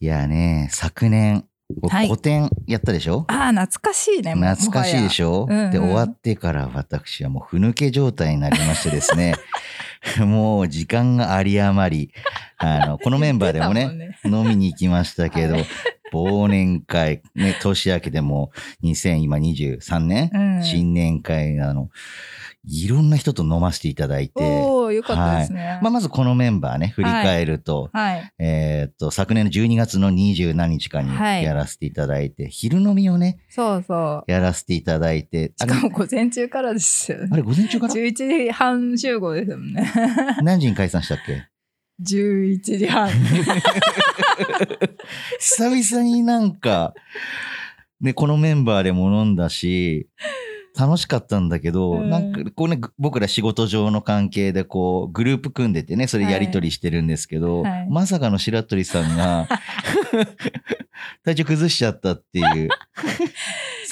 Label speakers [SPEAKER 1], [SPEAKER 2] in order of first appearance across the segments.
[SPEAKER 1] いやね、昨年、僕
[SPEAKER 2] はい
[SPEAKER 1] 古典やったでしょ
[SPEAKER 2] ああ、懐かしいね。も
[SPEAKER 1] 懐かしいでしょ、
[SPEAKER 2] もはやうんうん
[SPEAKER 1] で、終わってから私はもうふぬけ状態になりましてですね、 もう時間が有り余り、あの、このメンバーでも
[SPEAKER 2] 言ってた
[SPEAKER 1] ね、飲みに行きましたけど、
[SPEAKER 2] は
[SPEAKER 1] 忘年会、ね、年明けでも2023年、
[SPEAKER 2] うん
[SPEAKER 1] 新年会なの、いろんな人と飲ませていただいて、
[SPEAKER 2] おお、よかったですね。
[SPEAKER 1] まあ、まずこのメンバーね、振り返ると、
[SPEAKER 2] はい。
[SPEAKER 1] えーっと、昨年の12月の20何日かに
[SPEAKER 2] はい
[SPEAKER 1] やらせていただいて、昼飲みをね、
[SPEAKER 2] そうそう。
[SPEAKER 1] やらせていただいて、あ
[SPEAKER 2] し
[SPEAKER 1] れ、
[SPEAKER 2] かも午前中からですよ
[SPEAKER 1] あ
[SPEAKER 2] ね。
[SPEAKER 1] れ午前中から
[SPEAKER 2] 11時半集合ですもんね。
[SPEAKER 1] 何時に解散したっけ
[SPEAKER 2] 11 時半。
[SPEAKER 1] 久々になんか、ね、このメンバーでも飲んだし、楽しかったんだけど、
[SPEAKER 2] うん
[SPEAKER 1] なんか、こうね、ぐ僕ら仕事上の関係で、こう、グループ組んでてね、それやりとりしてるんですけど、
[SPEAKER 2] はいはい
[SPEAKER 1] まさかの白鳥さん が、体調崩しちゃったって いう。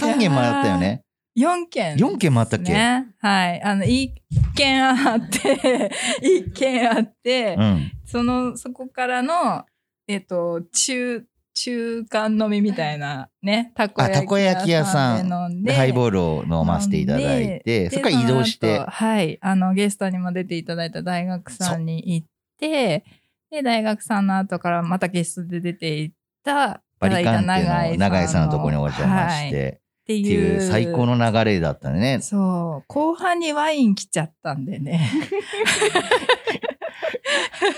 [SPEAKER 1] 3件もあったよね。
[SPEAKER 2] 4件、
[SPEAKER 1] 4件もあったっけ、
[SPEAKER 2] ね。はい。あの、1件あ って、1件あって、
[SPEAKER 1] うん。
[SPEAKER 2] その、そこからの、えっ、と、中、中間飲みみたいなね、たこ
[SPEAKER 1] あたこ焼
[SPEAKER 2] 焼
[SPEAKER 1] き
[SPEAKER 2] き
[SPEAKER 1] 屋
[SPEAKER 2] 屋
[SPEAKER 1] さ
[SPEAKER 2] さ
[SPEAKER 1] ん
[SPEAKER 2] んで飲ん
[SPEAKER 1] で
[SPEAKER 2] で、
[SPEAKER 1] ハイボールを飲ませていただ
[SPEAKER 2] 飲
[SPEAKER 1] い
[SPEAKER 2] ん
[SPEAKER 1] て、
[SPEAKER 2] で
[SPEAKER 1] そこから移動し
[SPEAKER 2] その
[SPEAKER 1] て
[SPEAKER 2] 後、はいあのゲストにも出ていただいた大学さんに行ってで大学さんの後からまたゲストで出ていった
[SPEAKER 1] バリカン
[SPEAKER 2] いただい
[SPEAKER 1] テ
[SPEAKER 2] た
[SPEAKER 1] の永井さんのところにお邪魔し、
[SPEAKER 2] はいってて
[SPEAKER 1] って
[SPEAKER 2] い
[SPEAKER 1] いうう最高の流れだったね。
[SPEAKER 2] そう後半にワイン来ちゃったんでね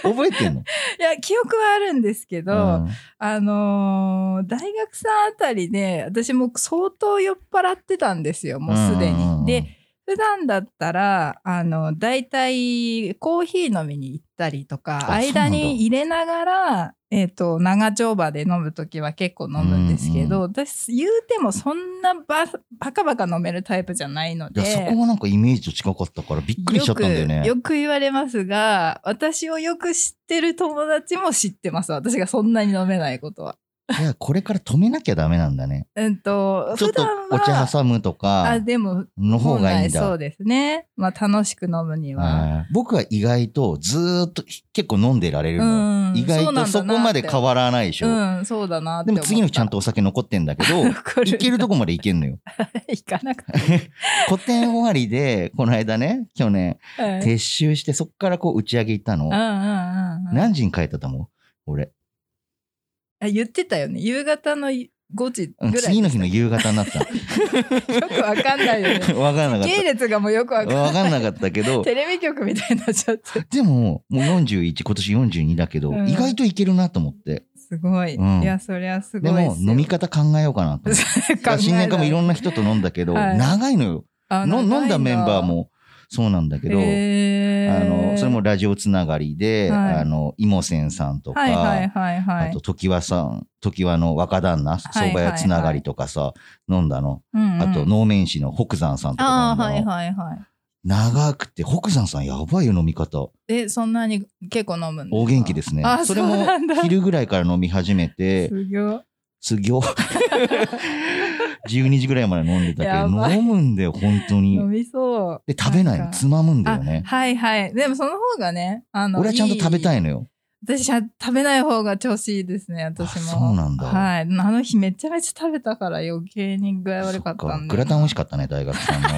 [SPEAKER 1] 覚えてんの、
[SPEAKER 2] いや記憶はあるんですけど、
[SPEAKER 1] うん
[SPEAKER 2] あのー大学さんあたりで私もう相当酔っ払ってたんですよもうすでに。
[SPEAKER 1] んんん
[SPEAKER 2] で普段だったらあの大体コーヒー飲みに行ったりとか
[SPEAKER 1] あ
[SPEAKER 2] 間
[SPEAKER 1] そうなんだ
[SPEAKER 2] に入れながら、えー、と長丁場で飲む時は結構飲むんですけど、
[SPEAKER 1] う
[SPEAKER 2] 私言うてもそんなババカバカ飲めるタイプじゃないの
[SPEAKER 1] いや
[SPEAKER 2] で。
[SPEAKER 1] そこがなんかイメージと近かったからびっくりしちゃったんだよね。
[SPEAKER 2] よくよく言われますが私をよく知ってる友達も知ってます私がそんなに飲めないことは。
[SPEAKER 1] いやこれから止めなきゃダメなんだね。
[SPEAKER 2] うんと
[SPEAKER 1] ちょっ
[SPEAKER 2] 普
[SPEAKER 1] と
[SPEAKER 2] 段
[SPEAKER 1] お茶
[SPEAKER 2] は
[SPEAKER 1] 挟むとか
[SPEAKER 2] あでも
[SPEAKER 1] の方がいいん
[SPEAKER 2] 本来そ
[SPEAKER 1] だ
[SPEAKER 2] う。ですね、まあ、楽しく飲むには。
[SPEAKER 1] うん僕は意外とずーっと結構飲んでられるの。
[SPEAKER 2] うん
[SPEAKER 1] 意外とそこまで変わらないでしょ。
[SPEAKER 2] うん、そうだなって
[SPEAKER 1] で
[SPEAKER 2] 思
[SPEAKER 1] も
[SPEAKER 2] った
[SPEAKER 1] 次の日ちゃんとお酒残ってんだけ ど、
[SPEAKER 2] 残る
[SPEAKER 1] 行けるとこまで行けんの よ。
[SPEAKER 2] 行かなくて、
[SPEAKER 1] 古典終わりで、この間ね、去年、
[SPEAKER 2] うん、うん
[SPEAKER 1] 撤収して、そっからこう打ち上げ行ったの
[SPEAKER 2] う。んうんうん
[SPEAKER 1] 何時に帰ったと思う俺、
[SPEAKER 2] あ言ってたよね夕方の5時
[SPEAKER 1] うん
[SPEAKER 2] ぐらい、
[SPEAKER 1] 次の日の夕方になった。
[SPEAKER 2] よくわかんないよ ね
[SPEAKER 1] わからなかっ
[SPEAKER 2] 系列がもうよくわ
[SPEAKER 1] た。
[SPEAKER 2] かんない
[SPEAKER 1] わかんなかったけど、
[SPEAKER 2] テレビ局みたいになっちゃって
[SPEAKER 1] でも、もう41、今年42だけど、
[SPEAKER 2] うん
[SPEAKER 1] 意外といけるなと思って。
[SPEAKER 2] すごい、
[SPEAKER 1] うん
[SPEAKER 2] いやそりゃすご
[SPEAKER 1] で
[SPEAKER 2] い
[SPEAKER 1] も、飲み
[SPEAKER 2] 会
[SPEAKER 1] 方考えようかなと思 って。新年会もいろんな人と飲んだけど、
[SPEAKER 2] はい
[SPEAKER 1] 長いのよ。の飲んだメンバーもそうなんだけど、あのそれもラジオつながりで、
[SPEAKER 2] はい
[SPEAKER 1] あのイモセンさんとか、
[SPEAKER 2] はいはいはいは
[SPEAKER 1] あ
[SPEAKER 2] い
[SPEAKER 1] と常盤さん常盤の若旦那
[SPEAKER 2] はい
[SPEAKER 1] 相場屋つながりとかさ、飲んだの、
[SPEAKER 2] うんうん
[SPEAKER 1] あと能面師の北山さんとか飲
[SPEAKER 2] あ
[SPEAKER 1] ん
[SPEAKER 2] あ
[SPEAKER 1] だの、
[SPEAKER 2] はいはいはい
[SPEAKER 1] 長くて北山さんやばいよ飲み方
[SPEAKER 2] えそんなに結構飲むんですか
[SPEAKER 1] 大元気ですね
[SPEAKER 2] あ
[SPEAKER 1] それも
[SPEAKER 2] そうなんだ
[SPEAKER 1] 昼ぐらいから飲み始めて
[SPEAKER 2] すごい
[SPEAKER 1] すぎ ょ12時ぐらいまで飲んでた
[SPEAKER 2] や
[SPEAKER 1] けど
[SPEAKER 2] ばい
[SPEAKER 1] 飲むんだよ本当に
[SPEAKER 2] 飲みそう
[SPEAKER 1] で食べない
[SPEAKER 2] な
[SPEAKER 1] の
[SPEAKER 2] んか
[SPEAKER 1] つまむんだよね
[SPEAKER 2] はいはい。でもその方がね、あの
[SPEAKER 1] 俺はちゃんと食べた
[SPEAKER 2] い。
[SPEAKER 1] いのよ
[SPEAKER 2] 私は食べない方が調子いいですね、私も。
[SPEAKER 1] あそうなんだ
[SPEAKER 2] はい。あの日めちゃめちゃ食べたから余計に具合悪か
[SPEAKER 1] そ
[SPEAKER 2] っ
[SPEAKER 1] ったか
[SPEAKER 2] んで。
[SPEAKER 1] グラタン美味しかったね大学 さんの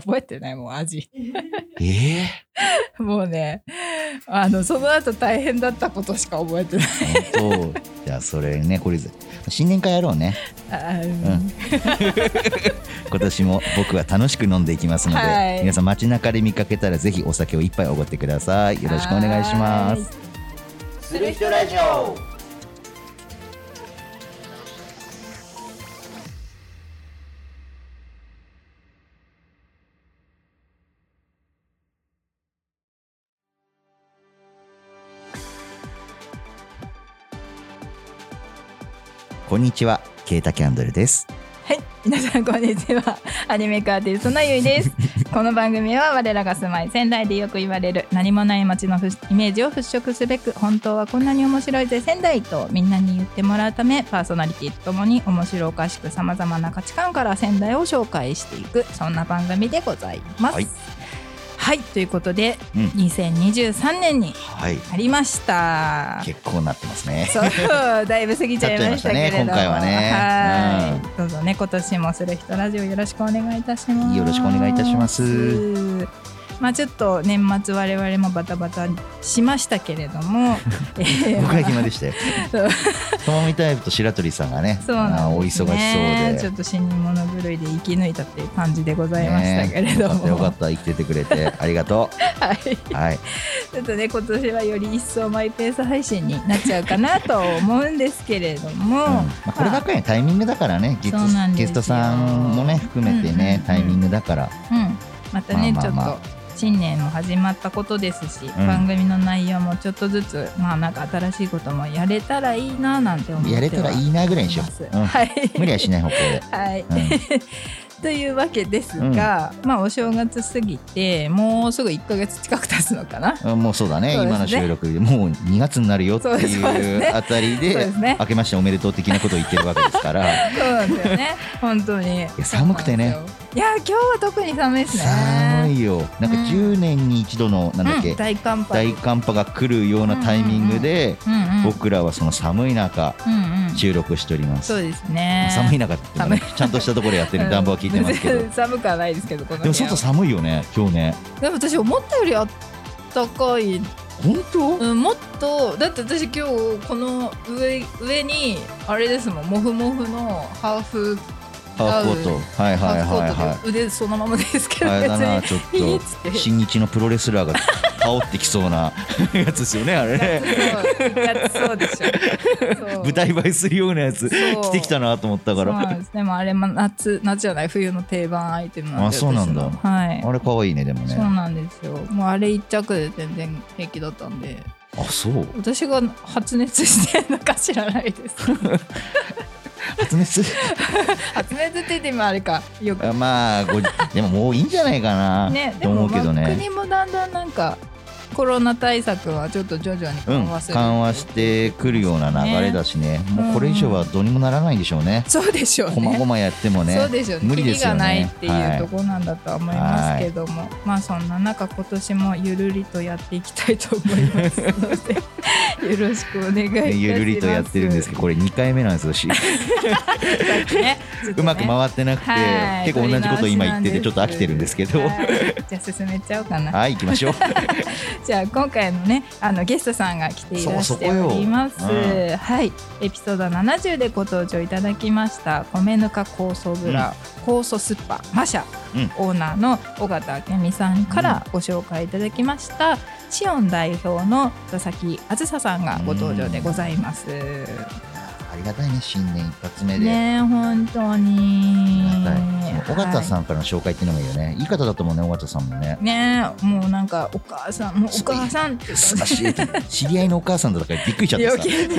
[SPEAKER 2] 覚えてないもん、味。
[SPEAKER 1] ええ
[SPEAKER 2] もうね、あの、その後大変だったことしか覚えてない。
[SPEAKER 1] 本当じゃあそれねこれ新年会やろうね
[SPEAKER 2] あ
[SPEAKER 1] ん今年も僕は楽しく飲んでいきますので、
[SPEAKER 2] はい
[SPEAKER 1] 皆さん街中で見かけたらぜひお酒を一杯おごってくださいよろしくお願いしま。
[SPEAKER 2] は
[SPEAKER 1] すす
[SPEAKER 2] ー
[SPEAKER 1] る人ラジオこんにちはケータキャンドルです
[SPEAKER 2] はい、皆さんこんにちは。アニメ化アーティストのゆいです。この番組は我らが住まい仙台でよく言われる何もない街のふしイメージを払拭すべく本当はこんなに面白いぜ仙台とみんなに言ってもらうためパーソナリティとともに面白おかしくさまざまな価値観から仙台を紹介していくそんな番組でございます。
[SPEAKER 1] はい
[SPEAKER 2] はいということで、
[SPEAKER 1] うん
[SPEAKER 2] 2023年に
[SPEAKER 1] はい。
[SPEAKER 2] なりました
[SPEAKER 1] 結構なってますね。
[SPEAKER 2] そうだいぶ過ぎちゃいましたけれども
[SPEAKER 1] 経っちゃいましたね今回はね
[SPEAKER 2] は
[SPEAKER 1] う
[SPEAKER 2] い、どうぞね今年もする人ラジオよろしくお願いいたします
[SPEAKER 1] よろしくお願いいたします
[SPEAKER 2] まあちょっと年末我々もバタバタしましたけれど も、えー
[SPEAKER 1] 僕は暇でしたよ
[SPEAKER 2] そう。
[SPEAKER 1] ともみタイプと白鳥さんがね、
[SPEAKER 2] そうな
[SPEAKER 1] あ
[SPEAKER 2] ん
[SPEAKER 1] お
[SPEAKER 2] で
[SPEAKER 1] 忙し
[SPEAKER 2] す
[SPEAKER 1] そうで。
[SPEAKER 2] ねちょっと死に物狂いで生き抜いたっていう感じでございましたけれ
[SPEAKER 1] ねよ
[SPEAKER 2] ど
[SPEAKER 1] かっ
[SPEAKER 2] も、
[SPEAKER 1] たよかった生きててくれてありがと
[SPEAKER 2] はい、
[SPEAKER 1] う。はい。
[SPEAKER 2] ちょっとね今年はより一層マイペース配信になっちゃうかなと思うんですけれども、
[SPEAKER 1] うんまあ、こればっかりのタイミングだからねゲ
[SPEAKER 2] そうなん
[SPEAKER 1] ス
[SPEAKER 2] です
[SPEAKER 1] ゲ
[SPEAKER 2] よ
[SPEAKER 1] ストさんもね含めてね、
[SPEAKER 2] うんうんうん
[SPEAKER 1] タイミングだから
[SPEAKER 2] うん、またね、
[SPEAKER 1] まあまあまあ
[SPEAKER 2] ちょっと新年も始まったことですし、
[SPEAKER 1] ん
[SPEAKER 2] 番組の内容もちょっとずつまあなんか新しいこともやれたらいいななんて思っては
[SPEAKER 1] やれたらいいなぐらいにしよう、うん
[SPEAKER 2] はい、
[SPEAKER 1] 無理はしない方向で
[SPEAKER 2] はい、というわけです
[SPEAKER 1] うん
[SPEAKER 2] が、まあお正月過ぎてもうすぐ1か月近く経つのかな。
[SPEAKER 1] うんもうそうだね
[SPEAKER 2] そうですね
[SPEAKER 1] 今の収録でもう2月になるよって
[SPEAKER 2] そうですそうですね
[SPEAKER 1] いうあたり
[SPEAKER 2] そう
[SPEAKER 1] で
[SPEAKER 2] ですね
[SPEAKER 1] 明けましておめでとう的なことを言ってるわけですから
[SPEAKER 2] そうなんだ よ ね本当に
[SPEAKER 1] や寒くてね
[SPEAKER 2] そうなんですよいや今日は特に寒いですね
[SPEAKER 1] 寒いよなんか
[SPEAKER 2] うん
[SPEAKER 1] 10年に一度のなんだっけ、
[SPEAKER 2] うん、大寒波
[SPEAKER 1] 大寒波が来るようなタイミングで、
[SPEAKER 2] うんうん
[SPEAKER 1] 僕らはその寒い中
[SPEAKER 2] うんうん
[SPEAKER 1] 収録しております、
[SPEAKER 2] そうですね
[SPEAKER 1] 寒い中って言ってもねちゃんとしたところでやってる暖房は効いてます けど、
[SPEAKER 2] うん寒くはないですけどこの
[SPEAKER 1] でも
[SPEAKER 2] 部屋
[SPEAKER 1] 外寒いよね今日ね
[SPEAKER 2] でも私思ったよりあったかい、
[SPEAKER 1] 本当
[SPEAKER 2] うん、もっとだって私今日この上上にあれですもんモフモフのハーフ
[SPEAKER 1] ハーフコートはい
[SPEAKER 2] ハ
[SPEAKER 1] はい
[SPEAKER 2] ーフコ
[SPEAKER 1] はい
[SPEAKER 2] ー
[SPEAKER 1] は
[SPEAKER 2] トで腕そのままですけ
[SPEAKER 1] い
[SPEAKER 2] ど
[SPEAKER 1] あれ
[SPEAKER 2] 別
[SPEAKER 1] だな
[SPEAKER 2] に
[SPEAKER 1] ちょっ
[SPEAKER 2] いいっ
[SPEAKER 1] と
[SPEAKER 2] つって
[SPEAKER 1] 新日のプロレスラーが羽織ってきそうな やつですよねあれね
[SPEAKER 2] やつそうやつそうでしょそう
[SPEAKER 1] 舞台映えするようなやつ
[SPEAKER 2] そう
[SPEAKER 1] 着てきたなと思ったか
[SPEAKER 2] そう
[SPEAKER 1] ら
[SPEAKER 2] なんですねもうあれも夏夏じゃない冬の定番アイテムなんで
[SPEAKER 1] あそうなんだ
[SPEAKER 2] 私のはい
[SPEAKER 1] あれ可愛いねでも
[SPEAKER 2] そ
[SPEAKER 1] ね
[SPEAKER 2] うなんですよもうあれ一着で全然平気だったんで
[SPEAKER 1] あそう
[SPEAKER 2] 私が発熱してるのか知らないです
[SPEAKER 1] 発熱
[SPEAKER 2] 発熱って言ってもあれかよく
[SPEAKER 1] あ まあごでももういいんじゃないかな
[SPEAKER 2] ねで
[SPEAKER 1] と
[SPEAKER 2] も
[SPEAKER 1] 思うけど
[SPEAKER 2] まあ
[SPEAKER 1] ね
[SPEAKER 2] 国もだんだんなんかコロナ対策はちょっと徐々に
[SPEAKER 1] うん
[SPEAKER 2] 緩和する、
[SPEAKER 1] 緩和してくるような流れだしねもうこれ以上はどうにもならないんでしょうね
[SPEAKER 2] そうでしょうね
[SPEAKER 1] こまごまやってもね
[SPEAKER 2] そうでしょうね
[SPEAKER 1] 無理で
[SPEAKER 2] キリ
[SPEAKER 1] すよ
[SPEAKER 2] が
[SPEAKER 1] ね
[SPEAKER 2] ないって
[SPEAKER 1] は
[SPEAKER 2] いう
[SPEAKER 1] い
[SPEAKER 2] ところなんだとは思いますけども、まあそんな中今年もゆるりとやっていきたいと思いますの でよろしくお願いいたしま
[SPEAKER 1] ね
[SPEAKER 2] す
[SPEAKER 1] ゆるりとやってるんですけどこれ2回目なんですよし
[SPEAKER 2] さっきねちょっと
[SPEAKER 1] うま
[SPEAKER 2] ね
[SPEAKER 1] く回ってなくて
[SPEAKER 2] はい
[SPEAKER 1] 結構同じこと今言っててちょっと飽きてるんですけど
[SPEAKER 2] はいじゃあ進めちゃおうかな
[SPEAKER 1] はい行きましょう
[SPEAKER 2] じゃあ今回のねあのゲストさんが来ていらしております
[SPEAKER 1] そうそこよ
[SPEAKER 2] はいエピソード70でご登場いただきました米ぬか酵素ブラ、酵素スッパマシャ、
[SPEAKER 1] う
[SPEAKER 2] オーナーの尾形明美さんからご紹介いただきました、シオン代表の佐々木あずささんがご登場でございます、
[SPEAKER 1] ありがたいね新年一発目で、
[SPEAKER 2] ねえ本当
[SPEAKER 1] あ
[SPEAKER 2] に
[SPEAKER 1] りがたいその尾形
[SPEAKER 2] ん
[SPEAKER 1] さんからの紹介っていうのもいいよねいい方だと思うね尾形さんも ね
[SPEAKER 2] ねえもうなんかお母さんもうお母さんって言った
[SPEAKER 1] 素晴らしい知り合いのお母さんだったからびっくりしちゃってさ
[SPEAKER 2] 余計に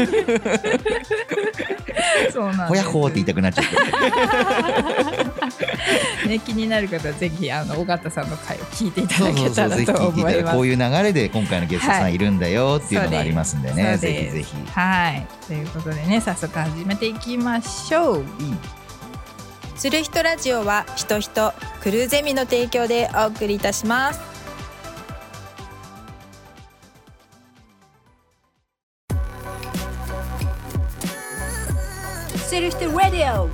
[SPEAKER 2] そうなんです
[SPEAKER 1] ほやほーって言いたくなっちゃって
[SPEAKER 2] ね、気になる方はぜひあの尾形さんの回を聞いていた
[SPEAKER 1] そ
[SPEAKER 2] だ
[SPEAKER 1] うそ
[SPEAKER 2] け
[SPEAKER 1] うそ
[SPEAKER 2] た
[SPEAKER 1] うぜひ聞いてい
[SPEAKER 2] らと思
[SPEAKER 1] た
[SPEAKER 2] い
[SPEAKER 1] だ
[SPEAKER 2] ま
[SPEAKER 1] こ
[SPEAKER 2] す
[SPEAKER 1] う。いう流れで今回のゲストさんいるんだよっていうのもありますんでね、
[SPEAKER 2] はいそう
[SPEAKER 1] ぜ
[SPEAKER 2] です
[SPEAKER 1] ひぜひ
[SPEAKER 2] はい、ということでね早速始めていきましょう。
[SPEAKER 3] する人ラジオはひとひとクルーゼミの提供でお送りいたします
[SPEAKER 2] セルフテラディオ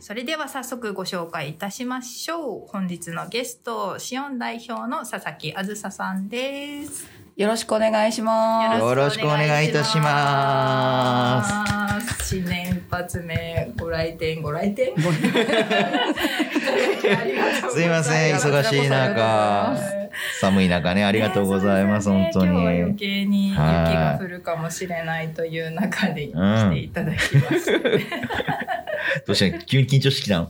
[SPEAKER 2] それでは早速ご紹介いたしましょう。本日のゲスト、シオン代表の佐々木あずささんです。。
[SPEAKER 3] よろしくお願いしま
[SPEAKER 1] よろしくお願いいたします
[SPEAKER 2] 新年一発目、ご来店、ご来店。す
[SPEAKER 1] すいません忙しい中寒い中ねあ
[SPEAKER 2] あ
[SPEAKER 1] りがとうございます、本当に
[SPEAKER 2] 今日は余計に雪が降るかもしれないという中で来ていただきました、
[SPEAKER 1] どうした急に緊張してきた の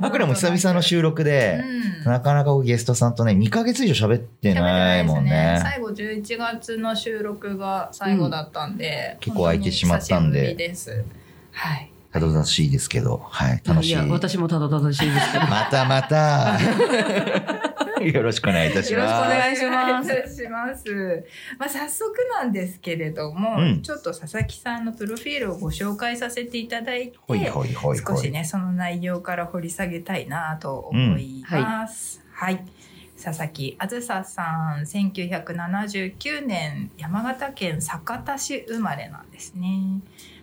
[SPEAKER 1] 僕らも久々の収録で、
[SPEAKER 2] うん
[SPEAKER 1] なかなかゲストさんとね、2ヶ月以上喋ってないもんね。
[SPEAKER 2] 最後11月の収録が最後だったんで、
[SPEAKER 1] 結構空いてしまったんで
[SPEAKER 2] 本当に久しぶりですはい
[SPEAKER 1] たどたどしいですけど、はい、楽しい。
[SPEAKER 4] や、
[SPEAKER 1] ま
[SPEAKER 4] 私もただただしいですけど。
[SPEAKER 1] たまた。よろしくお願いいたし
[SPEAKER 2] よろしくお
[SPEAKER 1] ます。
[SPEAKER 2] 願いします。まあ早速なんですけれども、
[SPEAKER 1] うん
[SPEAKER 2] ちょっと佐々木さんのプロフィールをご紹介させていただいて、
[SPEAKER 1] ほいほいほいほ
[SPEAKER 2] 少し
[SPEAKER 1] い。
[SPEAKER 2] ねその内容から掘り下げたいなと思います。はい、佐々木あずささん、1979年山形県酒田市生まれなんですね。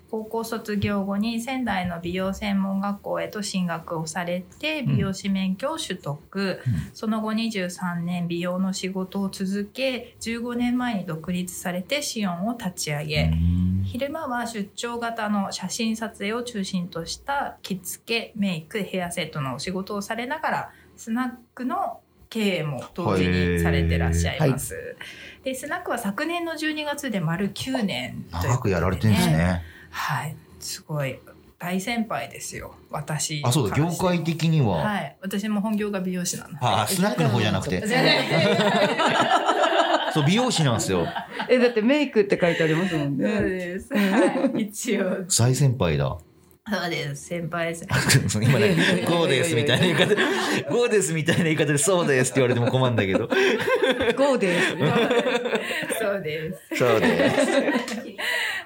[SPEAKER 2] 高校卒業後に仙台の美容専門学校へと進学をされて
[SPEAKER 1] ん
[SPEAKER 2] 美容師免許を取得、
[SPEAKER 1] うん
[SPEAKER 2] その後23年美容の仕事を続け15年前に独立されてシオンを立ち上げ、
[SPEAKER 1] うん
[SPEAKER 2] 昼間は出張型の写真撮影を中心とした着付けメイクヘアセットのお仕事をされながらスナックの経営も同時にされてらっしゃいます、でスナックは昨年の12月で丸9年という
[SPEAKER 1] 長
[SPEAKER 2] ことでね
[SPEAKER 1] くやられてるんですね。
[SPEAKER 2] はいすごい大先輩ですよ私
[SPEAKER 1] あ、そうだ、
[SPEAKER 2] から
[SPEAKER 1] 業
[SPEAKER 2] しても
[SPEAKER 1] 界的には。
[SPEAKER 2] はい私も本業が美容師なの
[SPEAKER 1] あ、スナックの方じゃなくて。
[SPEAKER 2] じゃない
[SPEAKER 1] そう、美容師なんですよ。
[SPEAKER 4] え、だってメイクって書いてありますもん
[SPEAKER 2] そう
[SPEAKER 4] ね。
[SPEAKER 2] です、はい、一応
[SPEAKER 1] 最先輩だ。
[SPEAKER 2] そうです先輩です
[SPEAKER 1] 今ね、こうですみたいな言い方で、こうですみたいな言い方で、そうですって言われても困るんだけど。
[SPEAKER 4] ゴーです。
[SPEAKER 2] そうです
[SPEAKER 1] そうです。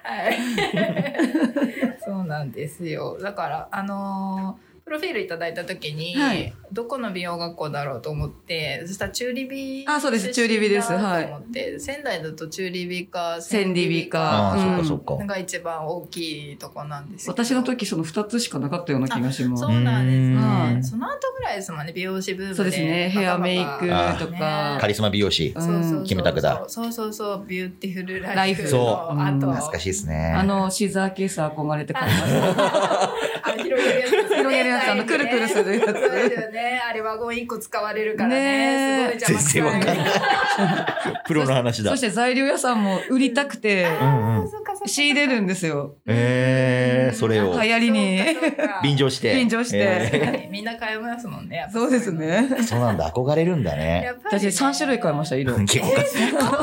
[SPEAKER 2] はい。 そうなんですよ。だから、あのープロフィールいただいた時に、
[SPEAKER 4] はい
[SPEAKER 2] どこの美容学校だろうと思ってそしたら中リビ
[SPEAKER 4] あそうです
[SPEAKER 2] 出身
[SPEAKER 4] 中リビです
[SPEAKER 2] だな
[SPEAKER 4] はい
[SPEAKER 2] と思って仙台だと中リビか
[SPEAKER 4] 千里美
[SPEAKER 1] あ
[SPEAKER 4] か
[SPEAKER 1] あ、そっ
[SPEAKER 4] う
[SPEAKER 1] か
[SPEAKER 4] ん
[SPEAKER 1] そっか。
[SPEAKER 2] が一番大きいとこなんですけど
[SPEAKER 4] 私の時その二つしかなかったような気がします
[SPEAKER 2] そ。うなんです
[SPEAKER 1] う
[SPEAKER 2] ね、
[SPEAKER 1] ん
[SPEAKER 2] その後ぐらいですもんね美容師ブームで
[SPEAKER 4] そうですね。ヘアメイク
[SPEAKER 1] あ
[SPEAKER 4] と
[SPEAKER 2] あ
[SPEAKER 4] か
[SPEAKER 1] カ。リスマ美容師。
[SPEAKER 4] う
[SPEAKER 2] そうそうそうん
[SPEAKER 1] キムタクだ
[SPEAKER 2] そうそうそうビューティフルラ
[SPEAKER 4] ラ
[SPEAKER 2] イ
[SPEAKER 4] イ
[SPEAKER 2] フ
[SPEAKER 4] フ
[SPEAKER 2] の
[SPEAKER 1] そう
[SPEAKER 2] あと
[SPEAKER 4] ん
[SPEAKER 1] 懐かしいですね。
[SPEAKER 4] あの、シーザーケース憧れて買いま した。
[SPEAKER 2] あ広げるやつですね、
[SPEAKER 4] 広げるやつあのくるくるするやつ
[SPEAKER 2] そうですよね。あれワゴン一個使われるからね。
[SPEAKER 4] ねえ
[SPEAKER 2] すごい邪魔くさい。
[SPEAKER 1] 全然わプロの話だ
[SPEAKER 4] そし。て材料屋さんも売りたくて
[SPEAKER 1] うんうん。
[SPEAKER 2] そうかそうか
[SPEAKER 4] 仕入れるんですよ。
[SPEAKER 1] ええ、それを
[SPEAKER 4] 流行りに。
[SPEAKER 2] そうかそうか
[SPEAKER 1] 便乗して。
[SPEAKER 4] 便乗して
[SPEAKER 1] え
[SPEAKER 2] みんな買いますもんね。やっぱ
[SPEAKER 4] そうです。ね。
[SPEAKER 1] えそうなんだ、憧れるんだ
[SPEAKER 2] や
[SPEAKER 1] ね。
[SPEAKER 2] っぱり、
[SPEAKER 4] 私三種類買いました、。色。
[SPEAKER 1] 結構買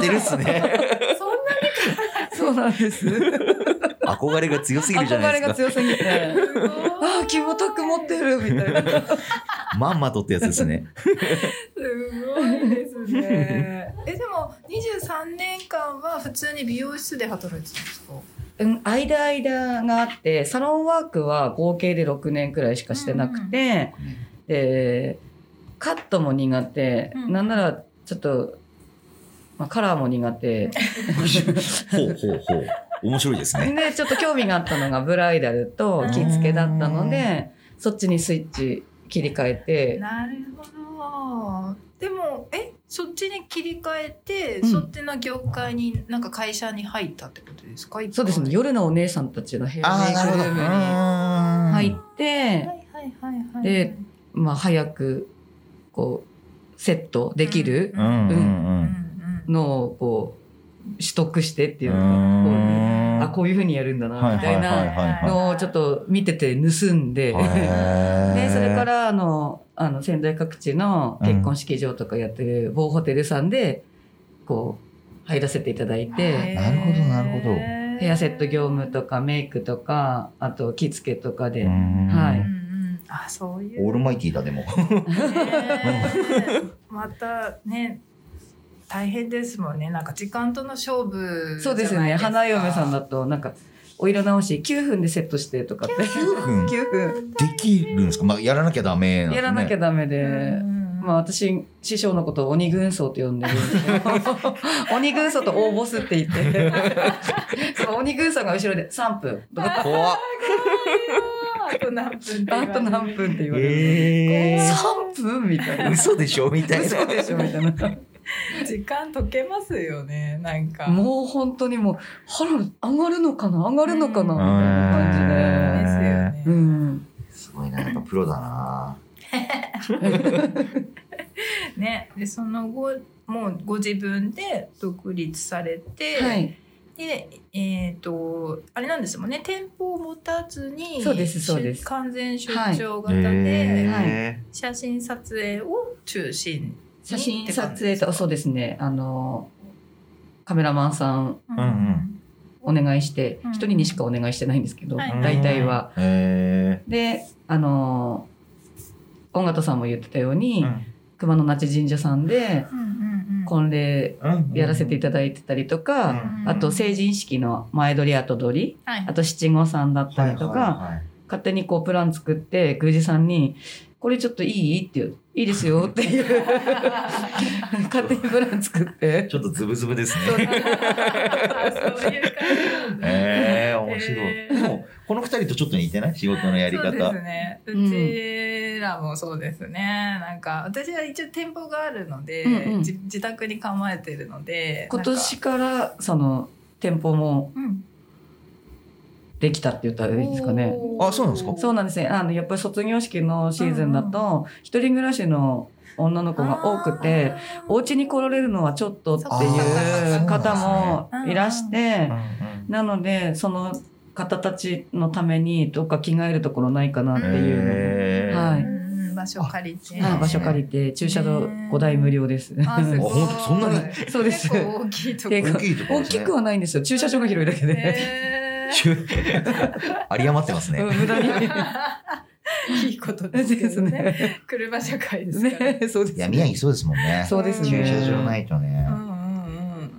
[SPEAKER 1] ってるっすね。
[SPEAKER 2] そんな
[SPEAKER 4] そうなんです。憧
[SPEAKER 1] 憧れが強すぎるじゃない
[SPEAKER 4] れ
[SPEAKER 1] で
[SPEAKER 4] が
[SPEAKER 1] す
[SPEAKER 4] 強すぎて。
[SPEAKER 2] すごい
[SPEAKER 4] ああ、キムタク持ってるみたいな。
[SPEAKER 1] か。まんまとってやつですね。
[SPEAKER 2] すごいですね。えでも二十三年間は普通に美容室で働いてたんですか。
[SPEAKER 4] うん、間間があって、サロンワークは合計で6年くらいしかしてなくて、で、カットも苦手、
[SPEAKER 2] うん
[SPEAKER 4] なんならちょっと、まあ、カラーも苦手。
[SPEAKER 1] ほうほうほう。面白いですね。
[SPEAKER 4] で、ちょっと興味があったのがブライダルと着付けだったので、そっちにスイッチ切り替えて、
[SPEAKER 2] なるほど。でもえそっちに切り替えて、
[SPEAKER 4] うん
[SPEAKER 2] そっちの業界になんか会社に入ったってことですか。一回
[SPEAKER 4] そうですね、。夜のお姉さんたちのヘアメイクルームに入
[SPEAKER 1] は
[SPEAKER 4] って、
[SPEAKER 2] はいはいはいはい。
[SPEAKER 4] でまあ、早くこうセットできる
[SPEAKER 1] うんうん
[SPEAKER 2] うんう
[SPEAKER 1] うん。
[SPEAKER 2] んうん。
[SPEAKER 4] のをこう取得してっていう
[SPEAKER 1] う
[SPEAKER 4] のがこういう
[SPEAKER 1] ーん
[SPEAKER 4] あこういうふうにやるんだな
[SPEAKER 1] はい
[SPEAKER 4] みたい
[SPEAKER 1] はい
[SPEAKER 4] な
[SPEAKER 1] はいはい
[SPEAKER 4] のをちょっと見てて盗んで、
[SPEAKER 1] へえ
[SPEAKER 4] でそれからあのあの仙台各地の結婚式場とかやってる某ホテルさんでこう入らせていただいて。
[SPEAKER 1] なるほどなるほど
[SPEAKER 4] ヘアセット業務とかメイクとかあと着付けとかで、
[SPEAKER 1] うーん
[SPEAKER 4] はい
[SPEAKER 2] うんうん、あそういう
[SPEAKER 1] オールマイティーだでも。
[SPEAKER 2] ねまたね大変ですもんねなんか時間との勝負
[SPEAKER 4] そうですよね花嫁さんだとなんかお色直し9分でセットしてとかって
[SPEAKER 1] 九分で
[SPEAKER 4] 9分
[SPEAKER 1] きるんですか。まあやらなきゃダメなんですね。
[SPEAKER 4] やらなきゃダメで、まあ
[SPEAKER 2] まあ
[SPEAKER 4] 私師匠のことを鬼軍曹と呼んでるんですけど 鬼軍曹と応募すって言って その鬼軍曹が後ろで3分とか
[SPEAKER 1] 怖っ。
[SPEAKER 2] あと何分
[SPEAKER 4] あと何分って言われる、
[SPEAKER 1] ええ。
[SPEAKER 4] 3分みたいな
[SPEAKER 1] 嘘でしょみたい
[SPEAKER 4] 嘘でしょみたいな
[SPEAKER 2] 時間解けますよねなんか
[SPEAKER 4] もう本当にもう腹上がるのかな上がるのかなみたい
[SPEAKER 2] で
[SPEAKER 4] な感
[SPEAKER 2] すよね
[SPEAKER 4] じで、うん、
[SPEAKER 1] すごいな、やっぱプロだな。
[SPEAKER 2] ねでその後もうご自分で独立されて、
[SPEAKER 4] はい
[SPEAKER 2] でえっ、とあれなんですもんね店舗を持たずに
[SPEAKER 4] そうですそうです
[SPEAKER 2] 完全出張型で、
[SPEAKER 1] え
[SPEAKER 2] 写真撮影を中心
[SPEAKER 4] 写真撮影とそうですねあのカメラマンさん
[SPEAKER 2] うん
[SPEAKER 1] うん
[SPEAKER 4] お願いして
[SPEAKER 2] うん
[SPEAKER 4] 一人にしかお願いしてないんですけど、
[SPEAKER 2] はい
[SPEAKER 1] え。
[SPEAKER 4] 大体は。
[SPEAKER 1] え
[SPEAKER 4] であのー音楽さんも言ってたよう
[SPEAKER 1] え。
[SPEAKER 4] に、
[SPEAKER 1] うん
[SPEAKER 4] 熊野那智神社さんで
[SPEAKER 2] うんうんうん
[SPEAKER 4] 婚礼やらせていただいてたりとか、
[SPEAKER 2] うん
[SPEAKER 4] あと成人式の前撮り後撮り、
[SPEAKER 2] はい
[SPEAKER 4] あと七五三だったりとか、
[SPEAKER 5] はい
[SPEAKER 4] 勝手にこうプラン作って宮司さんに「これちょっといい?」っていう「いいですよ」っていう勝手にプラン作って
[SPEAKER 5] ちょっとズブズブです
[SPEAKER 2] そう
[SPEAKER 5] ね。
[SPEAKER 2] そういう感じなんだ
[SPEAKER 5] ええ面白い。
[SPEAKER 2] え
[SPEAKER 5] でもこの二人とちょっと似てない仕事のやり
[SPEAKER 2] そうです
[SPEAKER 5] 方。
[SPEAKER 2] ね。
[SPEAKER 4] ん
[SPEAKER 2] うちらもそうですね。なんか私は一応店舗があるので、
[SPEAKER 4] うんうん
[SPEAKER 2] じ自宅に構えてるので、
[SPEAKER 4] 今年からその店舗も
[SPEAKER 2] なんか
[SPEAKER 4] できたって言ったらいいですかね。
[SPEAKER 2] おー
[SPEAKER 5] あそうなんですか
[SPEAKER 4] そうなんですねあのやっぱり卒業式のシーズンだと一人暮らしの女の子が多くて。
[SPEAKER 2] あー
[SPEAKER 4] お家に来られるのはちょっとってい
[SPEAKER 2] そっかそっ
[SPEAKER 4] う
[SPEAKER 2] か
[SPEAKER 4] 方もいらして
[SPEAKER 5] うんうん
[SPEAKER 4] なのでその方たちのためにどっか着替えるところないかなっていうのも
[SPEAKER 5] ええ
[SPEAKER 4] は
[SPEAKER 2] う
[SPEAKER 4] い
[SPEAKER 2] んうん場所借りて、
[SPEAKER 4] はい、場所借りて駐車場5台無料です。
[SPEAKER 2] あすごい
[SPEAKER 5] あほんとそんなに
[SPEAKER 4] そうです
[SPEAKER 2] 結構大きいとこ
[SPEAKER 4] 結構
[SPEAKER 5] 大きいところ で
[SPEAKER 4] 大
[SPEAKER 5] す
[SPEAKER 4] き
[SPEAKER 5] ね
[SPEAKER 4] く。はないんですよ駐車場が広いだけで、
[SPEAKER 2] へー
[SPEAKER 5] 急に 有り余ってますね。
[SPEAKER 4] うん無駄に
[SPEAKER 2] いいこと ですけ
[SPEAKER 4] で
[SPEAKER 2] ど
[SPEAKER 4] す
[SPEAKER 2] ね。
[SPEAKER 4] ね。
[SPEAKER 2] 車社会ですからね。
[SPEAKER 4] ねそう ですね。
[SPEAKER 1] いや、宮城そうですもんね。
[SPEAKER 4] そうですね。
[SPEAKER 1] 駐車場ないとね
[SPEAKER 2] う、んうんうん。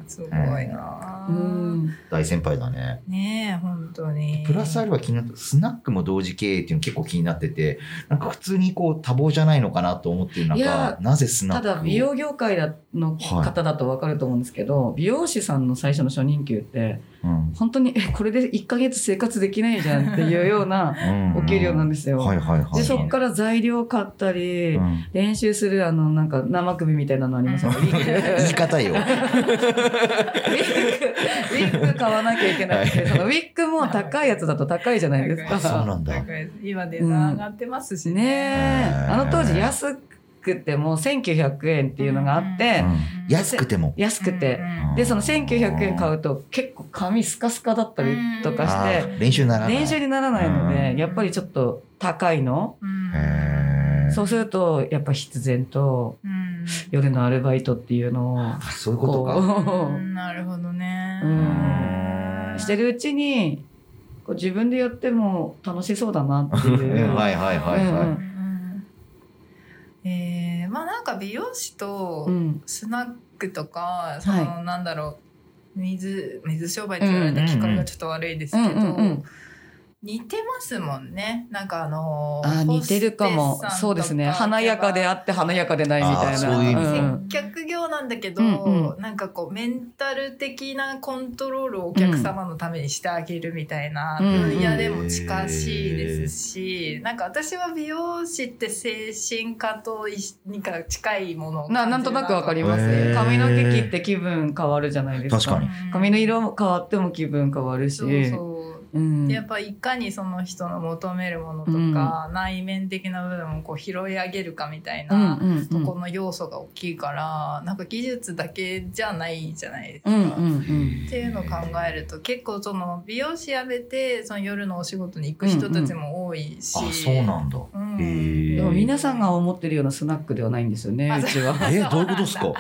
[SPEAKER 2] すごいな
[SPEAKER 4] う
[SPEAKER 2] あ。
[SPEAKER 4] ん。
[SPEAKER 1] 大先輩だね。
[SPEAKER 2] ねえ本当に。
[SPEAKER 1] プラスアルファ気になったスナックも同時経営っていうの結構気になっててなんか普通にこう多忙じゃないのかなと思ってる
[SPEAKER 4] い
[SPEAKER 1] 中
[SPEAKER 4] や
[SPEAKER 1] なぜスナッ
[SPEAKER 4] た
[SPEAKER 1] クを
[SPEAKER 4] だ美容業界の方だとわかると思うんですけど、美容師さんの最初の初任給って
[SPEAKER 1] うん
[SPEAKER 4] 本当にえこれで1ヶ月生活できないじゃんっていうようなお給料なん
[SPEAKER 1] で
[SPEAKER 4] ですよ。
[SPEAKER 1] はいはいはい
[SPEAKER 4] でそこから材料買ったり、
[SPEAKER 1] うん
[SPEAKER 4] 練習するあのなんか生首みたいなのありますよね。ウィッグ
[SPEAKER 1] 言い方 よ
[SPEAKER 4] ウィッグ、ウィッグ買わなきゃいけな くて、そのウィッグも高いやつだと高いじゃないです
[SPEAKER 2] 高
[SPEAKER 4] か。
[SPEAKER 2] い
[SPEAKER 1] そうなんだ
[SPEAKER 2] 今値段上がってますし
[SPEAKER 4] ね
[SPEAKER 2] ね。
[SPEAKER 4] え
[SPEAKER 1] へえ
[SPEAKER 4] あの当時安くてもう1900円っていうのがあって、
[SPEAKER 1] うん安くても
[SPEAKER 4] 安くて、
[SPEAKER 1] うん
[SPEAKER 4] でその1900円買うと結構髪スカスカだったりとかし
[SPEAKER 1] あ
[SPEAKER 4] て、
[SPEAKER 1] ー練習ならない
[SPEAKER 4] 練習にならないので、
[SPEAKER 2] うん
[SPEAKER 4] やっぱりちょっと高いの、
[SPEAKER 2] うん
[SPEAKER 1] へー
[SPEAKER 4] そうするとやっぱ必然と
[SPEAKER 2] うん
[SPEAKER 4] 夜のアルバイトっていうの
[SPEAKER 1] あそうい
[SPEAKER 4] を
[SPEAKER 1] うことか
[SPEAKER 4] こ
[SPEAKER 2] うんなるほどね。
[SPEAKER 4] うしてるうちにこう自分でやっても楽しそうだなって
[SPEAKER 1] う
[SPEAKER 4] い
[SPEAKER 1] ん
[SPEAKER 4] う。
[SPEAKER 1] はいはいはいはい、
[SPEAKER 4] うん
[SPEAKER 2] うんえーまあなんか美容師と
[SPEAKER 4] うん
[SPEAKER 2] スナックとか、そのなんだろう水水商売って言われ
[SPEAKER 4] う
[SPEAKER 2] た
[SPEAKER 4] ん
[SPEAKER 2] 企画がちょっと悪いです
[SPEAKER 4] うん
[SPEAKER 2] け
[SPEAKER 4] う
[SPEAKER 2] ど、
[SPEAKER 4] んうん、
[SPEAKER 2] 似てますもんねなんかあの
[SPEAKER 4] あー似てるかも
[SPEAKER 2] ホステスさんと
[SPEAKER 4] そうですね華やかであって華やかでないみたい
[SPEAKER 1] あー
[SPEAKER 4] な
[SPEAKER 1] そういう意味
[SPEAKER 4] ん
[SPEAKER 1] だ
[SPEAKER 2] 接
[SPEAKER 4] ん
[SPEAKER 2] 客業なんだけど、
[SPEAKER 4] うんう
[SPEAKER 2] なんかこうメンタル的なコントロールをお客様のためにしてあげるみたいな
[SPEAKER 4] うん
[SPEAKER 2] 分野でも近しいですし、なんか私は美容師って精神科と一にか近いものを
[SPEAKER 4] ななんとなくわかります、
[SPEAKER 1] へー
[SPEAKER 4] 髪の毛切って気分変わるじゃないですか
[SPEAKER 1] 確かに
[SPEAKER 2] うん
[SPEAKER 4] 髪の色も変わっても気分変わるし
[SPEAKER 2] そうそう
[SPEAKER 4] うん
[SPEAKER 2] でやっぱいかにその人の求めるものとか、内面的な部分をこう拾い上げるかみたいな、
[SPEAKER 4] うんうんう
[SPEAKER 2] と
[SPEAKER 4] ん
[SPEAKER 2] この要素が大きいからなんか技術だけじゃないじゃないですか。
[SPEAKER 4] うんうんうん
[SPEAKER 2] っていうのを考えると結構その美容師辞めてその夜のお仕事に行く人たちも多いし、
[SPEAKER 1] あそうなんだ
[SPEAKER 2] うん
[SPEAKER 1] へー
[SPEAKER 4] でも皆さ んが思ってるようなスナックではないんですよね
[SPEAKER 2] あ
[SPEAKER 4] うちは
[SPEAKER 1] えどういうことですか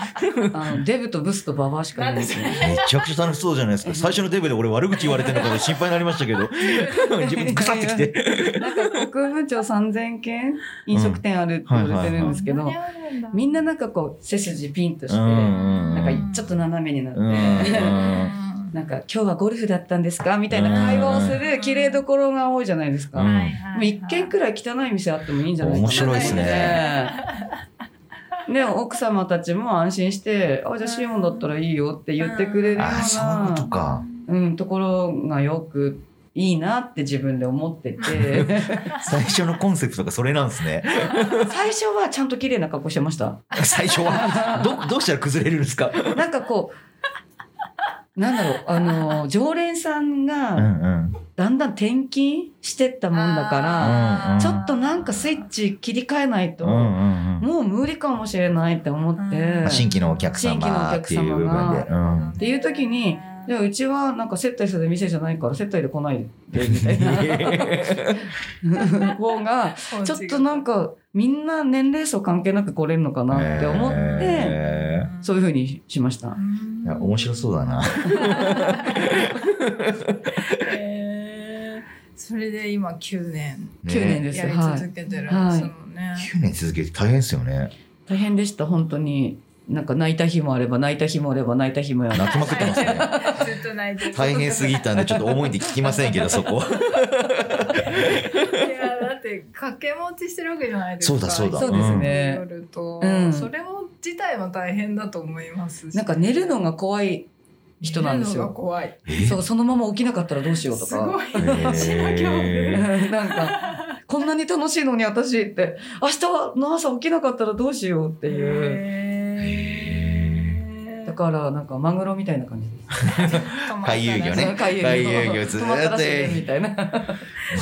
[SPEAKER 4] あのデブとブスとババアしかいないですよ
[SPEAKER 1] めちゃくちゃ楽しそうじゃないですか最初のデブで俺悪口言われてるのかと心配になりましたけど 自分腐ってきて
[SPEAKER 4] なんか国務庁3000件飲食店あるって言われてるんですけど、
[SPEAKER 2] そんなにあるんだ
[SPEAKER 4] みんななんかこう背筋ピンとして、
[SPEAKER 1] うんうんうん
[SPEAKER 4] なんかちょっと斜めになって、
[SPEAKER 1] うん
[SPEAKER 4] なんか今日はゴルフだったんですかみたいな会話をする綺麗どころが多いじゃないですか。
[SPEAKER 1] うん
[SPEAKER 4] も
[SPEAKER 2] はいはいは
[SPEAKER 4] う
[SPEAKER 2] い
[SPEAKER 4] 一軒くらい汚い店あってもいいんじゃないかな。
[SPEAKER 1] 面白いですね。
[SPEAKER 4] ね、奥様たちも安心して、あ、じゃあシオンだったらいいよって言ってくれるよう
[SPEAKER 1] あそういうこと
[SPEAKER 4] な、
[SPEAKER 1] か
[SPEAKER 4] うん、ところがよくいいなって自分で思って て、
[SPEAKER 1] 最初のコンセプトがそれなんですね。
[SPEAKER 4] 最初はちゃんと綺麗な格好してました。
[SPEAKER 1] 最初は。ど、どうしたら崩れるんですか
[SPEAKER 4] なんかこう、なんだろう、あの、常連さん
[SPEAKER 1] う
[SPEAKER 4] が
[SPEAKER 1] ん
[SPEAKER 4] だんだん転勤してったもんだから、
[SPEAKER 1] うんうん
[SPEAKER 4] ちょっとなんかスイッチ切り替えないと、
[SPEAKER 1] うん。うんうんうん。
[SPEAKER 4] もう無理かもしれないって思って、
[SPEAKER 2] うん
[SPEAKER 1] 新規のお客様っていう部分で。うん
[SPEAKER 4] っていう時にでもうちはなんか接待する店じゃないから接待で来ないでみたい な方がちょっとなんかみんな年齢層関係なく来れるのか なって思って、
[SPEAKER 1] へ
[SPEAKER 4] そういうふうにしました。
[SPEAKER 1] いや面白そうだな。
[SPEAKER 2] へーそれで今9年
[SPEAKER 4] 9年
[SPEAKER 1] ね
[SPEAKER 4] です
[SPEAKER 2] や
[SPEAKER 4] よ、
[SPEAKER 2] り
[SPEAKER 4] は
[SPEAKER 2] 続
[SPEAKER 4] い、
[SPEAKER 2] けてるんですもんね、
[SPEAKER 1] 九年続けて大変ですよね。
[SPEAKER 4] 大変でした本当になんか泣いた日もあれば泣いた日もあれば泣いた日もあれば
[SPEAKER 5] 泣きまくってますね。
[SPEAKER 2] ずっと泣いてる
[SPEAKER 5] 大変すぎたんで、ちょっと重いんで聞きません けど、そこ。
[SPEAKER 2] いやだって掛け持ちしてるわけじゃないですか。
[SPEAKER 5] そうだそうだ
[SPEAKER 4] そうですね
[SPEAKER 2] 夜と、
[SPEAKER 4] うん
[SPEAKER 2] それも自体も大変だと思いますし。
[SPEAKER 4] なんか寝るのが怖い人なんです
[SPEAKER 2] 寝るのが
[SPEAKER 4] よ
[SPEAKER 2] 怖い。
[SPEAKER 4] そうそのまま起きなかったらどうしようと
[SPEAKER 2] す
[SPEAKER 4] か
[SPEAKER 2] ごい。
[SPEAKER 4] う
[SPEAKER 5] えー
[SPEAKER 4] ん なんかこんなに楽しいのに私って明日の朝起きなかったらどうしようっていう
[SPEAKER 2] へー
[SPEAKER 4] だからなんかマグロみたいな感じです
[SPEAKER 5] 回遊魚ね
[SPEAKER 4] 海
[SPEAKER 5] 海遊魚ずーっと
[SPEAKER 4] 止まったら死ぬみたいな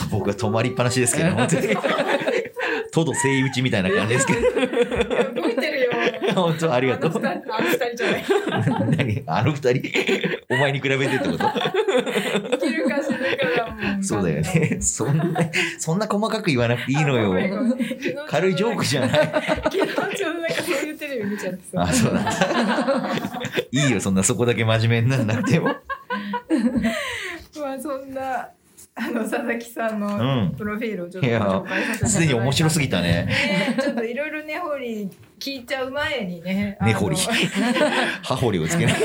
[SPEAKER 5] 僕は止まりっぱなしです けど、本当に。とどセイウチみたいな感じですけ
[SPEAKER 2] 動いてるよ。
[SPEAKER 5] ど、 本当ありがとう。
[SPEAKER 2] あの二人あの二人じゃない。
[SPEAKER 5] 何あの二人、お前に比べてってこと
[SPEAKER 2] 生きるか死ぬかだ もん。
[SPEAKER 5] そうだよね。そんな、そんな細かく言わなくていいの
[SPEAKER 2] あごめん
[SPEAKER 5] よ。
[SPEAKER 2] ごめん昨日ちょうど
[SPEAKER 5] 軽いジョークじゃない。
[SPEAKER 2] 昨日ちょうどなんかそういうテレビ見ちゃってさ
[SPEAKER 5] あ、そうなんだ。いいよ、そんなそこだけ真面目になんなく ても。
[SPEAKER 2] まあそんなあの佐々木さん
[SPEAKER 5] う
[SPEAKER 2] の
[SPEAKER 5] ん。
[SPEAKER 2] プロフィールをちょっとご紹介させていただいた
[SPEAKER 5] すでに面白す
[SPEAKER 2] ぎ
[SPEAKER 5] ぎたね。
[SPEAKER 2] ねちょっといろいろ根掘り聞いちゃう前にね
[SPEAKER 5] 根 掘り
[SPEAKER 2] あの
[SPEAKER 5] 歯掘りをつけない。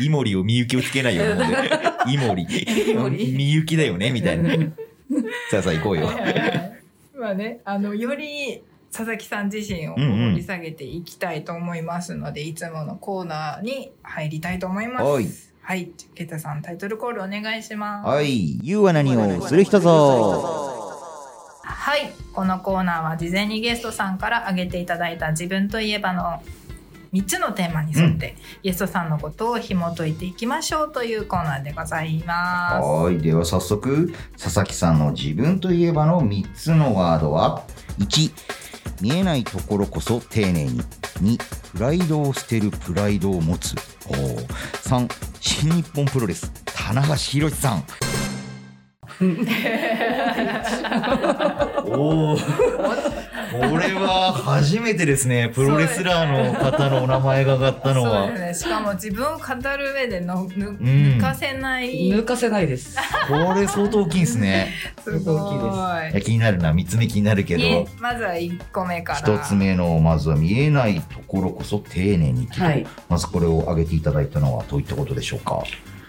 [SPEAKER 5] イモリをみゆきをつけないようなもんで。イモリ。みゆきだよねみたいな。さあさあ行こうよ
[SPEAKER 2] は。いはいはいまあねあのより佐々木さん自身をこう
[SPEAKER 5] うんうん
[SPEAKER 2] 掘り下げていきたいと思いますので、いつものコーナーに入りたいと思います。
[SPEAKER 5] はい
[SPEAKER 2] はい、じゃあケタさんタイトルコールお願いします。
[SPEAKER 5] はい。
[SPEAKER 1] 言うは何をする人ぞ。
[SPEAKER 2] はい、このコーナーは事前にゲストさんから挙げていただいた自分といえばの3つのテーマに沿って、ゲストさんのことを紐解いていきましょうというコーナーでございます。
[SPEAKER 1] はい、では早速、佐々木さんの自分といえばの3つのワードは、1、見えないところこそ丁寧に、2、プライドを捨てるプライドを持つ、おー3、新日本プロレス、棚橋宏さん。
[SPEAKER 5] おお。これは初めてですね。プロレスラーの方のお名前が上がったの
[SPEAKER 2] そう
[SPEAKER 5] は
[SPEAKER 2] で。すね、しかも自分を語る上でのぬ
[SPEAKER 5] うん
[SPEAKER 2] 抜かせない、
[SPEAKER 4] 抜かせないです
[SPEAKER 5] これ相当大きいですね。
[SPEAKER 2] すごい
[SPEAKER 5] いや気になるな。三つ目気になるけ
[SPEAKER 2] ね
[SPEAKER 5] ど。
[SPEAKER 2] まずは1個目から
[SPEAKER 1] 一つ目のまずは見えないところこそ丁寧に、
[SPEAKER 4] はい
[SPEAKER 1] まずこれを挙げていただいたのはどういったことでしょうか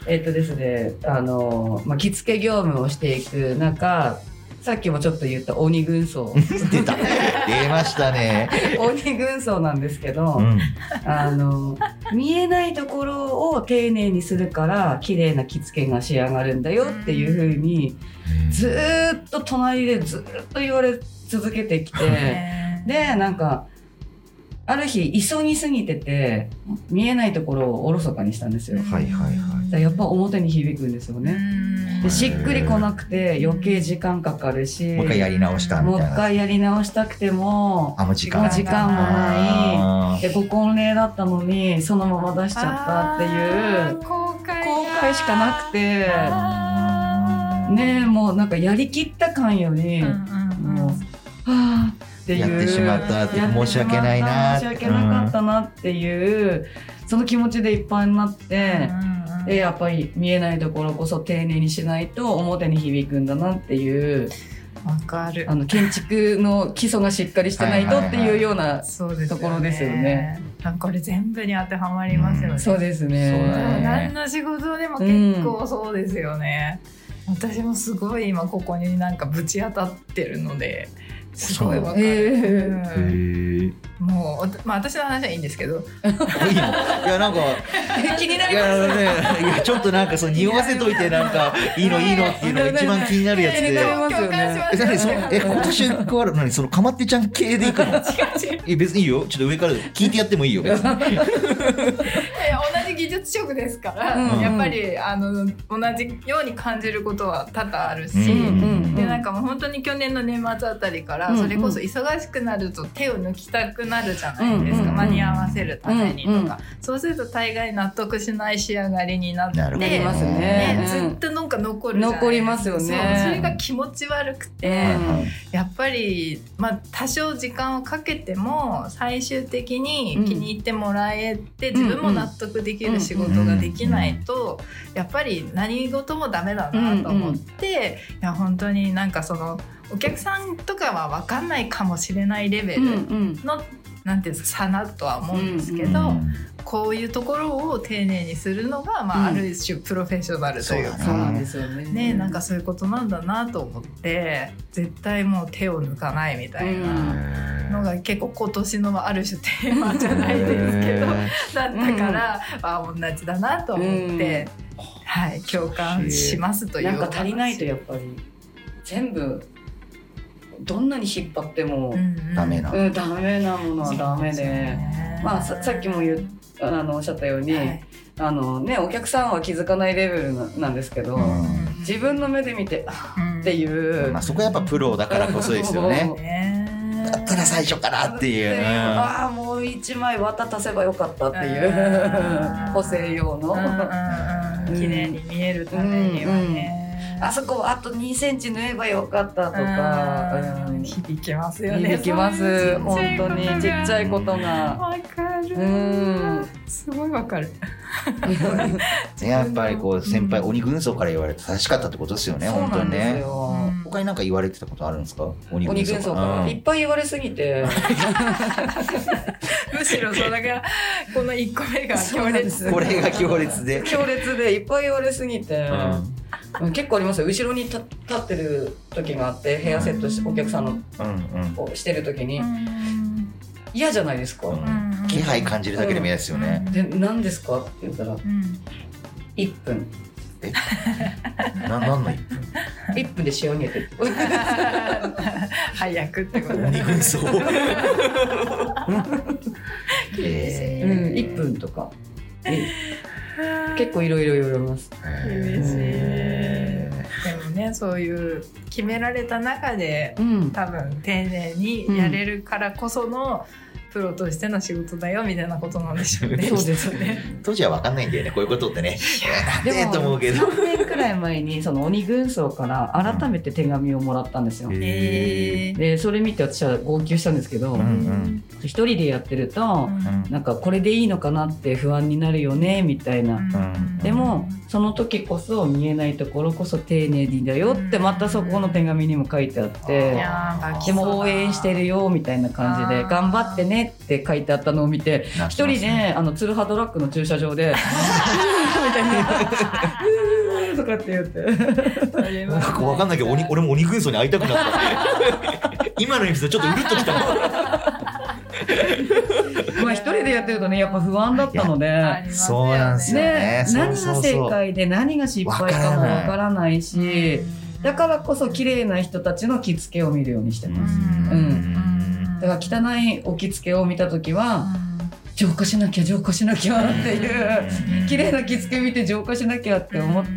[SPEAKER 4] えっとですね、あの、まあ、着付け業務をしていく中、さっきもちょっと言った鬼 軍曹、
[SPEAKER 5] 出た。
[SPEAKER 1] 出ましたね、
[SPEAKER 4] 鬼軍曹なんですけど、
[SPEAKER 5] うん。
[SPEAKER 4] あの、見えないところを丁寧にするから、綺麗な着付けが仕上がるんだよっていうふうに、ずーっと隣でずーっと言われ続けてきて、
[SPEAKER 2] ね
[SPEAKER 4] で、なんか、ある日、急ぎすぎてて、見えないところをおろそかにしたんですよ。だか
[SPEAKER 5] はいはいは
[SPEAKER 4] らやっぱ表に響くんですよね。
[SPEAKER 2] うん
[SPEAKER 4] でしっくりこなくて余計時間かかるし
[SPEAKER 5] もう一回やり直したみ
[SPEAKER 4] もう
[SPEAKER 5] たい
[SPEAKER 4] 一
[SPEAKER 5] な。
[SPEAKER 4] 回やり直したくても
[SPEAKER 5] あ、もう時
[SPEAKER 4] もう
[SPEAKER 5] 間。
[SPEAKER 4] 時間もな
[SPEAKER 5] あ
[SPEAKER 4] い
[SPEAKER 5] ー
[SPEAKER 4] でご婚礼だったのにそのまま出しちゃったっていう
[SPEAKER 2] あー後悔が
[SPEAKER 4] 後悔しかなくて
[SPEAKER 2] あー
[SPEAKER 4] ねえもうなんかやりきった感より、
[SPEAKER 2] うんうんうん
[SPEAKER 4] もうはあっていう
[SPEAKER 5] やってしまっ
[SPEAKER 2] や
[SPEAKER 5] た
[SPEAKER 2] っ
[SPEAKER 5] ってて
[SPEAKER 2] しまった
[SPEAKER 5] 申し訳ないなーって
[SPEAKER 4] 申し訳なかったなっていう、その気持ちでいっぱいになって。
[SPEAKER 2] うんうん
[SPEAKER 4] でやっぱり見えないところこそ丁寧にしないと表に響くんだなっていう
[SPEAKER 2] わかる
[SPEAKER 4] あの建築の基礎がしっかりしてないとっていうような。
[SPEAKER 2] そうですよね
[SPEAKER 4] ところですよね
[SPEAKER 2] なんかこれ全部に当てはまりますよね、
[SPEAKER 5] うん
[SPEAKER 4] そうですね。
[SPEAKER 5] そうだね
[SPEAKER 2] 何の仕事でも結構そうですよね、私もすごい今ここになんかぶち当たってるのですごいわかる、
[SPEAKER 4] ええ
[SPEAKER 5] へ
[SPEAKER 2] うん
[SPEAKER 5] ーい
[SPEAKER 2] もうおまあ私の話はいいんですけど
[SPEAKER 5] いのいやなんか
[SPEAKER 4] 気にないりま
[SPEAKER 5] やあのねいやちょっとなんかその匂わせといてなんかいいのいいのっていうのが一番気になるやつ
[SPEAKER 4] いやいや
[SPEAKER 5] で。
[SPEAKER 2] 共
[SPEAKER 4] いやますよね
[SPEAKER 2] 感しま
[SPEAKER 5] え、
[SPEAKER 2] す
[SPEAKER 5] 何
[SPEAKER 2] よね
[SPEAKER 5] そのえ、今年変わる何そのかまってちゃん系でいくの
[SPEAKER 2] 違う違う
[SPEAKER 5] え、別にいいよ。ちょっと上 から聞いてやってもいいよ。別に。
[SPEAKER 2] いや同じ技術職ですから、
[SPEAKER 4] うん
[SPEAKER 2] やっぱりあの同じように感じることは多々あるし、
[SPEAKER 4] うんうん
[SPEAKER 2] でなんかもう本当に去年の年末あたりから、
[SPEAKER 4] うんうん
[SPEAKER 2] それこそ忙しくなると手を抜きたくなるじゃないですか、
[SPEAKER 4] うんうん
[SPEAKER 2] 間に合わせるためにとか、
[SPEAKER 4] うんうん
[SPEAKER 2] そうすると大概納得しない仕上がりになって
[SPEAKER 5] なるほど
[SPEAKER 4] なります
[SPEAKER 2] ね
[SPEAKER 4] ね。
[SPEAKER 2] ずっとなんか残るじゃない
[SPEAKER 4] 残りますよね
[SPEAKER 2] そうそれが気持ち悪くて、やっぱり、まあ、多少時間をかけても最終的に気に入ってもらえて、
[SPEAKER 4] ん
[SPEAKER 2] 自分も納得できる仕事ができないと、やっぱり何事もダメだなと思って、いや本当になんかそのお客さんとかは分かんないかもしれないレベ
[SPEAKER 4] うん
[SPEAKER 2] ル
[SPEAKER 4] うん
[SPEAKER 2] の、なんていうんですか差なとは思うんですけど、
[SPEAKER 5] うん
[SPEAKER 2] こういうところを丁寧にするのが、まあ、あ
[SPEAKER 4] うん
[SPEAKER 2] る種プロフェッショナルというか
[SPEAKER 1] そうだ
[SPEAKER 4] そうなんですよね。
[SPEAKER 2] ね、なんかそういうことなんだなと思って絶対もう手を抜かないみたい
[SPEAKER 4] うん
[SPEAKER 2] なのが結構今年のある種テーマじゃないですけど、
[SPEAKER 5] へ
[SPEAKER 2] だったから、あ同じだなと思って、はい、共感しますという
[SPEAKER 4] なんか足りないと
[SPEAKER 2] いう
[SPEAKER 4] やっぱり全部どんなに引っ張っても、うん
[SPEAKER 1] ダメな。
[SPEAKER 4] ダメなものはダメで。まあささっきも言っあのおっしゃったように、
[SPEAKER 2] はい
[SPEAKER 4] あのね、お客さんは気づかないレベルななんですけど、
[SPEAKER 1] うん
[SPEAKER 4] 自分の目で見てあ
[SPEAKER 2] うん
[SPEAKER 4] っていう、
[SPEAKER 1] まあ、そこはやっぱプロだからこそですよね。
[SPEAKER 2] ね
[SPEAKER 1] だったら最初からっていう。
[SPEAKER 4] でああもう一枚綿足せばよかったっていう
[SPEAKER 2] うん
[SPEAKER 4] 補正用の、
[SPEAKER 2] うんうんうん綺麗に見えるためにはね、
[SPEAKER 4] あそこはあと2センチ縫えばよかったとか、
[SPEAKER 2] う
[SPEAKER 4] うんん
[SPEAKER 2] 響きますよね
[SPEAKER 4] 響きま
[SPEAKER 2] そうい
[SPEAKER 4] す
[SPEAKER 2] う
[SPEAKER 4] 本
[SPEAKER 2] ちっちゃいこ
[SPEAKER 4] 当
[SPEAKER 2] とが
[SPEAKER 4] にちっちゃいこ
[SPEAKER 2] わ
[SPEAKER 4] とが。
[SPEAKER 2] かる、
[SPEAKER 4] うん
[SPEAKER 2] すごいわかる
[SPEAKER 1] ねやっぱりこう先輩鬼軍曹から言われて正しかったってことですよね、
[SPEAKER 4] そう
[SPEAKER 1] 本
[SPEAKER 4] な
[SPEAKER 1] 当
[SPEAKER 4] ん
[SPEAKER 1] に
[SPEAKER 4] です
[SPEAKER 1] ね。
[SPEAKER 4] よ。
[SPEAKER 2] うん
[SPEAKER 1] 他に何か言われてたことあるんですか鬼
[SPEAKER 4] 鬼軍曹
[SPEAKER 1] か
[SPEAKER 4] かららいっぱい言われすぎて、
[SPEAKER 2] むしろそれがこの一個目が強烈
[SPEAKER 1] うんこれが強烈で。
[SPEAKER 4] 強烈でいっぱい言われすぎて
[SPEAKER 5] う、ん
[SPEAKER 4] うん結構ありますよ後ろに立立ってる時があってヘアセットしお客さんの
[SPEAKER 1] うんうん。
[SPEAKER 4] をしてる時に
[SPEAKER 2] うん
[SPEAKER 4] 嫌じゃないですか、
[SPEAKER 1] うん気配感じるだけでも嫌ですよね。
[SPEAKER 4] で何ですかって言ったら
[SPEAKER 2] うん
[SPEAKER 4] 1分
[SPEAKER 1] ななんの一分
[SPEAKER 4] 1分で仕上げてって
[SPEAKER 2] 早くってこと
[SPEAKER 1] 鬼軍曹。
[SPEAKER 4] う
[SPEAKER 1] え
[SPEAKER 4] ん1分とかえ結構いろいろ言われます
[SPEAKER 2] 厳しい
[SPEAKER 1] え
[SPEAKER 2] でもねそういう決められた中で
[SPEAKER 4] うん
[SPEAKER 2] 多分丁寧にやれるからこその、プロとしての仕事だよみたいなことなんでしょうね。
[SPEAKER 4] そうですね
[SPEAKER 1] 当時は分かんないんだよねこういうことってね。
[SPEAKER 4] で
[SPEAKER 1] えーと思うけど。
[SPEAKER 4] 3年くらい前にその鬼軍曹から改めて手紙をもらったんですよ、
[SPEAKER 2] え
[SPEAKER 4] でそれ見て私は号泣したんですけど、
[SPEAKER 1] うん
[SPEAKER 4] 一人でやってると、なんかこれでいいのかなって不安になるよねみたいな、でもその時こそ見えないところこそ丁寧にだよってまたそこの手紙にも書いてあって。
[SPEAKER 2] いやー泣き
[SPEAKER 4] で
[SPEAKER 2] そうだ
[SPEAKER 4] も応援してるよみたいな感じで
[SPEAKER 2] あー
[SPEAKER 4] 頑張ってねって書いてあったのを見て一人であのツルハドラッグの駐車 場でみたいな「うー」とかって 言って
[SPEAKER 1] なんかわかんないけど鬼俺も鬼軍曹に会いたくなったって今のエピソードちょっとうるっときたもん
[SPEAKER 4] まあ一人でやってるとねやっぱ不安だったので。
[SPEAKER 2] あります
[SPEAKER 1] そうなんですよ
[SPEAKER 2] ね。
[SPEAKER 4] ね、
[SPEAKER 1] そう
[SPEAKER 4] 何
[SPEAKER 1] そう
[SPEAKER 4] が
[SPEAKER 1] そう
[SPEAKER 4] 正解で何が失敗かもわからないしだからこそ綺麗な人たちの着付けを見るようにしてます、
[SPEAKER 2] うん
[SPEAKER 4] だから汚いお着付けを見た時は浄化しなきゃ浄化しなきゃっていう綺麗な着付け見て浄化しなきゃって思って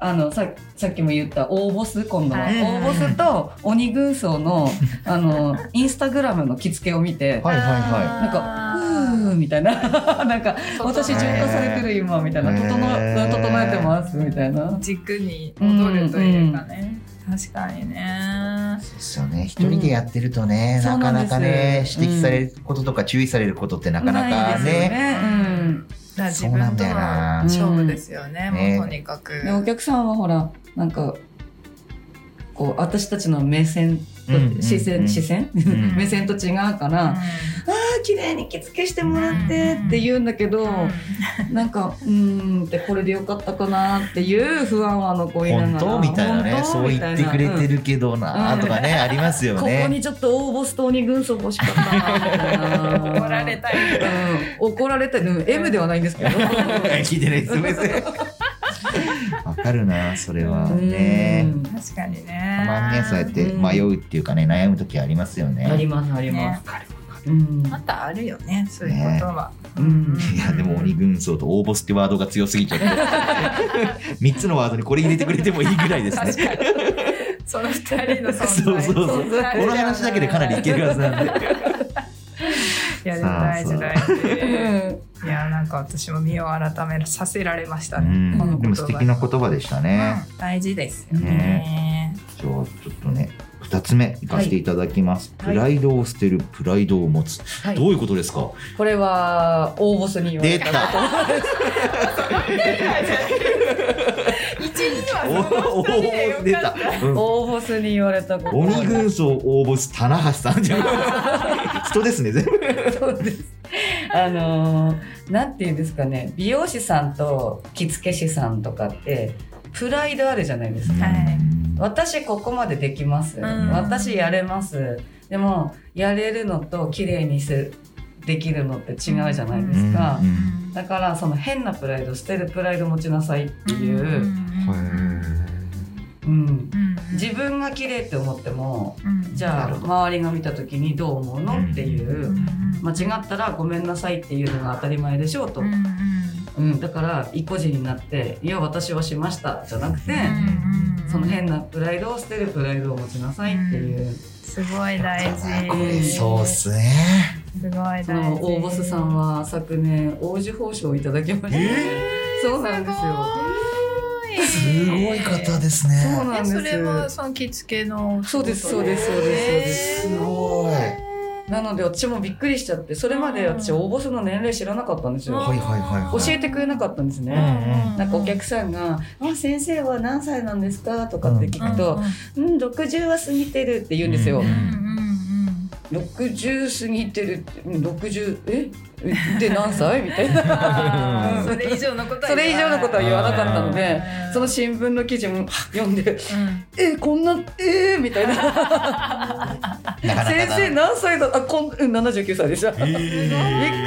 [SPEAKER 4] あのささっきも言った大ボス今度は
[SPEAKER 2] うん
[SPEAKER 4] 大ボスと鬼軍曹のあのインスタグラムの着付けを見て
[SPEAKER 1] はいはいは
[SPEAKER 4] なんか「うー」みたいな なんか「私浄化されてる今」みたいな「整
[SPEAKER 1] へー
[SPEAKER 4] 整えてます」みたいな。
[SPEAKER 2] 軸に戻るというかね、確かにね
[SPEAKER 1] い。そうですよね一人でやってるとね、
[SPEAKER 4] うん
[SPEAKER 1] なかなかね
[SPEAKER 4] そう
[SPEAKER 1] 指
[SPEAKER 4] なんで
[SPEAKER 1] 摘される
[SPEAKER 4] す
[SPEAKER 1] こととか注意されることってなかなか
[SPEAKER 4] いですよ
[SPEAKER 1] ね
[SPEAKER 2] だから自
[SPEAKER 1] そうな
[SPEAKER 2] 分
[SPEAKER 1] ん
[SPEAKER 2] と
[SPEAKER 1] だ
[SPEAKER 2] の
[SPEAKER 1] よな
[SPEAKER 2] 勝負ですよね、
[SPEAKER 1] うんね
[SPEAKER 2] もうとにかく。
[SPEAKER 4] うんでお客さんはほらなんかこう私たちの目線と
[SPEAKER 1] うんうん
[SPEAKER 4] 視線、
[SPEAKER 1] うん
[SPEAKER 4] 視線、
[SPEAKER 1] ん
[SPEAKER 4] 目線と違うから、あー綺麗に着付けしてもらってって言うんだけど、なんかうーんってこれでよかったかなっていう不安は残りなが
[SPEAKER 1] 本
[SPEAKER 4] ら
[SPEAKER 1] 当みたいなね
[SPEAKER 4] 本当
[SPEAKER 1] そう
[SPEAKER 4] み
[SPEAKER 1] 言
[SPEAKER 4] たい
[SPEAKER 1] って
[SPEAKER 4] な
[SPEAKER 1] くれて
[SPEAKER 4] うん
[SPEAKER 1] るけどなとかね、ありますよ
[SPEAKER 4] ここ
[SPEAKER 1] ね
[SPEAKER 4] にちょっと応募ストーニ軍曹欲しかったなみたいな
[SPEAKER 2] 怒られたい。
[SPEAKER 4] うん、怒られた、うん、M ではないんですけど
[SPEAKER 1] 聞いてないですすいま せんわかるなそれはね、
[SPEAKER 4] うん
[SPEAKER 2] 確かに
[SPEAKER 1] た
[SPEAKER 2] ね。
[SPEAKER 1] まにねそうやって迷うっていうかね悩む時ありますよね
[SPEAKER 4] ありますあります、うん
[SPEAKER 2] またあるよね、そういうことは。
[SPEAKER 4] うん
[SPEAKER 1] いやでも鬼軍曹と応募ってワードが強すぎ ちゃって三つのワードにこれ入れてくれてもいいぐらいですね
[SPEAKER 2] 確かに。その二人の存在。
[SPEAKER 1] そうそうそう
[SPEAKER 2] 存在
[SPEAKER 1] この話だけでかなりいけるはずなんで
[SPEAKER 2] いやでも大事
[SPEAKER 1] さ
[SPEAKER 2] 大
[SPEAKER 1] あ
[SPEAKER 2] 事。いやなんか私も身を改めさせられました
[SPEAKER 1] う
[SPEAKER 2] ね。
[SPEAKER 1] ん
[SPEAKER 2] この言葉
[SPEAKER 1] でも素敵な言葉でしたね、
[SPEAKER 2] うん大事ですよね
[SPEAKER 1] ね。じゃあちょっとね二つ目いかせていただきます、
[SPEAKER 4] はい
[SPEAKER 1] プライドを捨てるプライドを持つ、
[SPEAKER 4] はい
[SPEAKER 1] どういうことですか
[SPEAKER 4] これは大ボスに言わ
[SPEAKER 1] 出
[SPEAKER 4] れた
[SPEAKER 1] た
[SPEAKER 2] 日
[SPEAKER 1] お
[SPEAKER 2] は
[SPEAKER 1] おー出た、うん
[SPEAKER 4] 大ボスに言われたこと
[SPEAKER 1] 鬼軍曹応募す棚橋さんじゃん人ですね全部
[SPEAKER 4] そうです。あのーなんていうんですかね美容師さんと着付け師さんとかってプライドあるじゃないですか。
[SPEAKER 2] はい
[SPEAKER 4] 私ここまでできます、
[SPEAKER 6] ん
[SPEAKER 4] 私やれますでもやれるのと綺麗にすできるのって違うじゃないですか、
[SPEAKER 1] うん
[SPEAKER 4] だからその変なプライド捨てるプライド持ちなさいっていう、うん自分が綺麗って思ってもじゃあ周りが見た時にどう思うのっていう間違ったらごめんなさいっていうのが当たり前でしょうと、うんだから意固地になって「いや私はしました」じゃなくて、その変なプライドを捨てるプライドを持ちなさいっていう、
[SPEAKER 2] すごい大
[SPEAKER 4] うん
[SPEAKER 2] 事
[SPEAKER 1] そうっすね
[SPEAKER 2] すごい大
[SPEAKER 4] そ
[SPEAKER 2] 事
[SPEAKER 4] の大ボスさんは昨年王子褒章をいただきました、そうなんですよ
[SPEAKER 1] すごい方です
[SPEAKER 4] そう
[SPEAKER 1] ね
[SPEAKER 4] なん
[SPEAKER 2] え
[SPEAKER 4] です
[SPEAKER 2] それはその着付けの
[SPEAKER 4] そうですそうですそうですそうです
[SPEAKER 2] へ
[SPEAKER 1] す
[SPEAKER 2] ー
[SPEAKER 1] ごい
[SPEAKER 4] なので私もびっくりしちゃってそれまで私大ボスの年齢知らなかったんです
[SPEAKER 1] はい
[SPEAKER 4] よ、
[SPEAKER 1] はいはいはい
[SPEAKER 4] 教えてくれなかったんですね、
[SPEAKER 1] うん
[SPEAKER 4] なんかお客さんが「あ先生は何歳なんですか?」とかって聞くと「うん、60は過ぎてる」って言うんですよ。
[SPEAKER 1] うんうん
[SPEAKER 4] 60過ぎてるってうん60えで何歳みた いな
[SPEAKER 1] あ
[SPEAKER 4] ーそ
[SPEAKER 2] れ以上のこと
[SPEAKER 4] それ以上のことは言わなかったので
[SPEAKER 2] うん
[SPEAKER 4] その新聞の記事も読んで「えこんなえーみたい
[SPEAKER 1] なかなかだ
[SPEAKER 4] な「先生何歳だあこんうん79歳でした」び
[SPEAKER 1] え
[SPEAKER 4] っく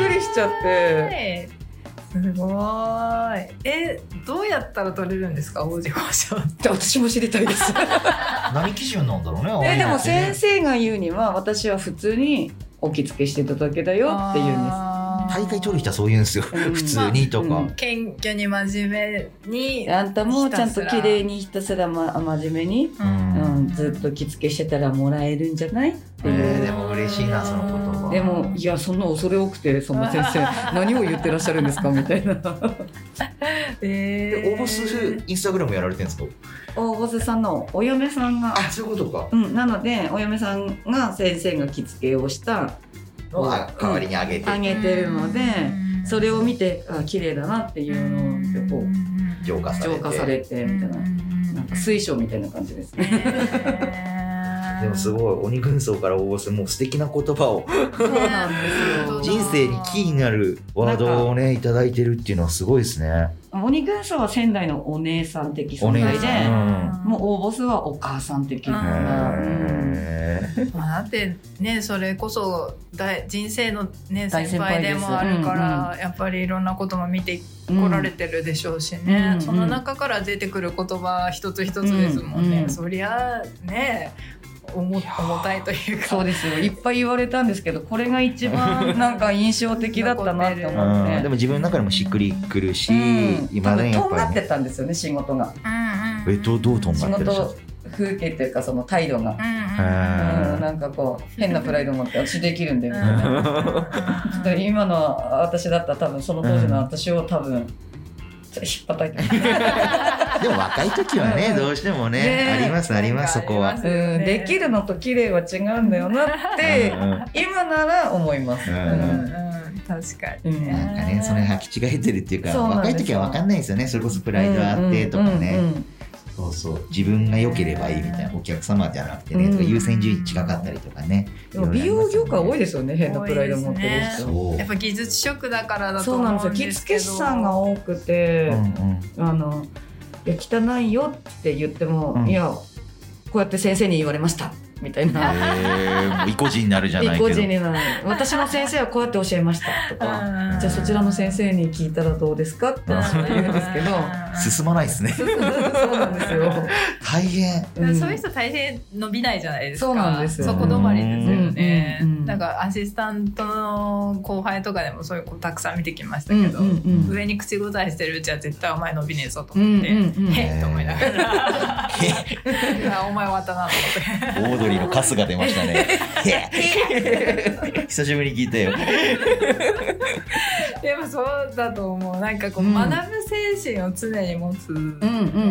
[SPEAKER 1] ー
[SPEAKER 4] りしちゃって。
[SPEAKER 2] すごいえどうやったら取れるんですか王子保証
[SPEAKER 4] じゃあ私も知りた いです。
[SPEAKER 1] 何基準なんだろうねああ
[SPEAKER 4] え
[SPEAKER 1] いう
[SPEAKER 4] で
[SPEAKER 1] の
[SPEAKER 4] も
[SPEAKER 1] ってね
[SPEAKER 4] 先生が言うには私は普通にお着付けしてただけだよって言うんです。
[SPEAKER 1] 大会取る人はそう言うんですよ
[SPEAKER 4] うん
[SPEAKER 1] 普通にと
[SPEAKER 4] まあう
[SPEAKER 1] か
[SPEAKER 4] ん
[SPEAKER 2] 謙虚に真面目に
[SPEAKER 4] あんたもちゃんと綺麗にひたすら、ま、真面目に、
[SPEAKER 1] うん
[SPEAKER 4] うん、ずっと着付けしてたらもらえるんじゃないって
[SPEAKER 1] え
[SPEAKER 4] い
[SPEAKER 1] ー
[SPEAKER 4] う。
[SPEAKER 1] でも嬉しいなその言葉
[SPEAKER 4] でもいやそんな恐れ多くてその先生 何を言ってらっしゃるんですかみたいな
[SPEAKER 2] え
[SPEAKER 1] で応募するインスタグラムやられてるんですか
[SPEAKER 4] 大御瀬さんのお嫁さんが、
[SPEAKER 1] あそういうことか
[SPEAKER 4] うん、なのでお嫁さんが先生が着付けをした
[SPEAKER 1] のあ代わりにあげて
[SPEAKER 4] あげてるのでそれを見てあ綺麗だなっていうのをこう
[SPEAKER 1] 浄化され
[SPEAKER 4] 浄化さ
[SPEAKER 1] て
[SPEAKER 4] れてみたいななんか水晶みたいな感じですね。
[SPEAKER 1] でもす
[SPEAKER 2] い
[SPEAKER 1] ごい鬼軍曹から応募するもう素敵な言葉を
[SPEAKER 4] そうなんです
[SPEAKER 2] うん
[SPEAKER 4] よ。
[SPEAKER 1] 人生にキーになるワードをねいただいてるっていうのはすごいですね。
[SPEAKER 4] 鬼軍曹は仙台のお姉さん的
[SPEAKER 1] お
[SPEAKER 4] 存
[SPEAKER 1] 姉
[SPEAKER 4] 在
[SPEAKER 1] さ
[SPEAKER 4] で、
[SPEAKER 1] ん
[SPEAKER 4] もう大ボスはお母さん的な。うん
[SPEAKER 1] へー
[SPEAKER 2] まあ、だってねそれこそ大人生の、ね、
[SPEAKER 4] 大
[SPEAKER 2] 先
[SPEAKER 4] 先
[SPEAKER 2] 輩
[SPEAKER 4] 輩
[SPEAKER 2] で
[SPEAKER 4] です
[SPEAKER 2] もあるから、やっぱりいろんなことも見てこられてるでしょうしね、
[SPEAKER 4] うん
[SPEAKER 2] その中から出てくる言葉一つ一つですもんね、
[SPEAKER 4] うんうん
[SPEAKER 2] そりゃね重重たいというか
[SPEAKER 4] そうですよ。いっぱい言われたんですけど、これが 一番なんか印象的だったなって
[SPEAKER 1] う
[SPEAKER 4] 思っ
[SPEAKER 1] んで
[SPEAKER 4] て。
[SPEAKER 1] も自分の中でもしっくりくるし、
[SPEAKER 4] うん
[SPEAKER 1] 今だにや
[SPEAKER 4] 多
[SPEAKER 1] っ
[SPEAKER 4] 分とん
[SPEAKER 1] ぱ
[SPEAKER 4] がっ
[SPEAKER 1] り、
[SPEAKER 4] て
[SPEAKER 1] ね。
[SPEAKER 4] たんですよね、仕事が。
[SPEAKER 2] うんうん
[SPEAKER 1] えどうどうとん
[SPEAKER 4] 仕
[SPEAKER 1] がってる
[SPEAKER 4] 事風景っていうか、その態度が。
[SPEAKER 2] うんうん
[SPEAKER 4] うん、
[SPEAKER 1] へ
[SPEAKER 4] なんかこう、変なプライド持って、私できるん だよ。みたいなちょっと
[SPEAKER 2] う
[SPEAKER 4] 今の私だったら多分その当時の私を多分ちょっとひっぱたいて、
[SPEAKER 1] ーでも若い時はね
[SPEAKER 4] うん
[SPEAKER 1] どうしてもね
[SPEAKER 4] ね
[SPEAKER 1] ありますありますそこ
[SPEAKER 2] あり
[SPEAKER 1] は
[SPEAKER 2] ま。
[SPEAKER 4] うんできるのと綺麗は違うんだよなって
[SPEAKER 1] うんうん
[SPEAKER 4] 今なら思います。
[SPEAKER 1] うん
[SPEAKER 2] んうん確かに
[SPEAKER 4] うん
[SPEAKER 1] なんかねそれ履き違えてるっていうか
[SPEAKER 4] そうなん
[SPEAKER 1] 若
[SPEAKER 4] ですよ
[SPEAKER 1] い時は分かんないですよねそれこそプライドあってとかね。そうそう自分が良ければいいみたいなお客様じゃなくてね、とか
[SPEAKER 4] うん
[SPEAKER 1] 優先順位違かったりとかね
[SPEAKER 4] でも美容業界多い
[SPEAKER 1] で
[SPEAKER 4] ですよね変なプライド持ってる人。
[SPEAKER 1] そう
[SPEAKER 2] やっぱ技術職だからだと
[SPEAKER 4] そうな
[SPEAKER 2] 思
[SPEAKER 4] ん
[SPEAKER 2] う
[SPEAKER 4] ですよ
[SPEAKER 2] ん
[SPEAKER 4] 着
[SPEAKER 2] です
[SPEAKER 4] 付
[SPEAKER 2] けど
[SPEAKER 4] け師さんが多くて
[SPEAKER 1] う、ん
[SPEAKER 4] あのいや汚いよって言っても、
[SPEAKER 1] うん
[SPEAKER 4] いやこうやって先生に言われましたみたいな。
[SPEAKER 1] うんもう意固地になるじゃないけ
[SPEAKER 4] 一
[SPEAKER 1] ど
[SPEAKER 4] 個字になる私の先生はこうやって教えましたとか。
[SPEAKER 2] うん
[SPEAKER 4] じゃあそちらの先生に聞いたらどうですかって私は言うんですけ ど
[SPEAKER 1] 進まないですね
[SPEAKER 4] そうなんですよ、
[SPEAKER 1] 大変
[SPEAKER 4] うん
[SPEAKER 2] そういう人大変伸びないじゃないですか。
[SPEAKER 4] そうなんですよ
[SPEAKER 2] そこ止まりですよね。
[SPEAKER 4] うんうんうん
[SPEAKER 2] なんかアシスタントの後輩とかでもそういう子たくさん見てきましたけど、
[SPEAKER 4] うんうんうん
[SPEAKER 2] 上に口答えしてるうちは絶対お前伸びねえぞと
[SPEAKER 4] うん
[SPEAKER 2] 思っ
[SPEAKER 4] うん
[SPEAKER 2] て。
[SPEAKER 4] うん
[SPEAKER 2] へっと思 いながらいやお前終わったなと
[SPEAKER 1] オ
[SPEAKER 2] 思って
[SPEAKER 1] ードリーのカスが出ましたね久しぶりに聞いたよ
[SPEAKER 2] でもそうだと思うなんかこう、
[SPEAKER 4] うん
[SPEAKER 2] 学ぶ精神を常に持つ
[SPEAKER 4] うん
[SPEAKER 2] の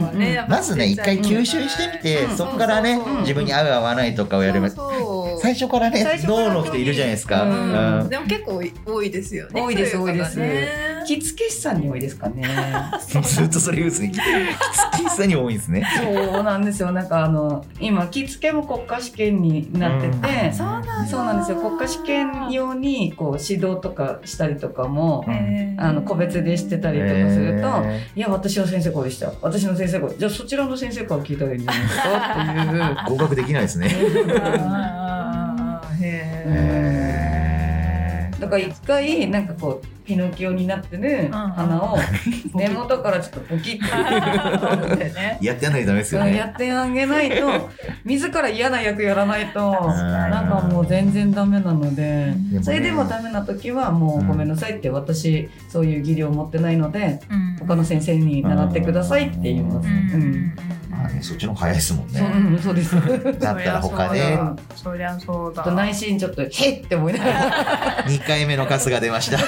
[SPEAKER 2] は
[SPEAKER 4] うんうん
[SPEAKER 2] ね、やっぱ
[SPEAKER 1] まずね一回吸収してみて、
[SPEAKER 4] うん
[SPEAKER 1] そこからね、
[SPEAKER 2] そうそうそう
[SPEAKER 1] 自分に合う合わないとかをやれば
[SPEAKER 2] そうそう
[SPEAKER 1] 最最初からね
[SPEAKER 4] 最初から
[SPEAKER 1] 脳の人いるじゃないですか、
[SPEAKER 4] うん
[SPEAKER 1] うん
[SPEAKER 2] でも結構多いですよね。
[SPEAKER 4] 多いです
[SPEAKER 2] そうう方
[SPEAKER 4] 多いです
[SPEAKER 2] ね
[SPEAKER 4] 着付け師さんに多いですかね
[SPEAKER 1] ずっとそれ言うんですねきつきさに多いんですね
[SPEAKER 4] そうなんですよなんかあの今着付けも国家試験になってて、
[SPEAKER 2] そうなん
[SPEAKER 4] そうなんですよ国家試験用にこう指導とかしたりとかも、
[SPEAKER 1] うん
[SPEAKER 4] あの個別でしてたりとかすると、いや私の先生こうでした私の先生こうじゃあそちらの先生から聞いたらいいんじゃないですかっ
[SPEAKER 1] 合格できないですね
[SPEAKER 4] ていう
[SPEAKER 1] へ
[SPEAKER 4] だから一回なんかこうピノキオになってる鼻を根元からちょっとボ キッと折ってね
[SPEAKER 1] ーやってやんないとダメですよ
[SPEAKER 4] や
[SPEAKER 1] ね
[SPEAKER 4] ってあげないと自ら嫌な役やらないと
[SPEAKER 1] ん
[SPEAKER 4] なんかもう全然ダメなの
[SPEAKER 1] でも
[SPEAKER 4] で
[SPEAKER 1] ね
[SPEAKER 4] それでもダメな時はもうごめんなさいって私そういう技量持ってないので
[SPEAKER 7] うん
[SPEAKER 4] 他の先生に習ってくださいって言います。
[SPEAKER 7] う
[SPEAKER 4] う
[SPEAKER 7] う
[SPEAKER 4] ん
[SPEAKER 7] ん
[SPEAKER 4] ん
[SPEAKER 1] まあねそっちの方が早いですもん
[SPEAKER 4] そう
[SPEAKER 1] ね
[SPEAKER 4] うんそうです。
[SPEAKER 1] だったら他で
[SPEAKER 2] そりゃそう
[SPEAKER 4] ちょ
[SPEAKER 2] だ
[SPEAKER 4] っと。内心ちょっと「へっ!」って思いながら
[SPEAKER 1] 2回目のカスが出ま した流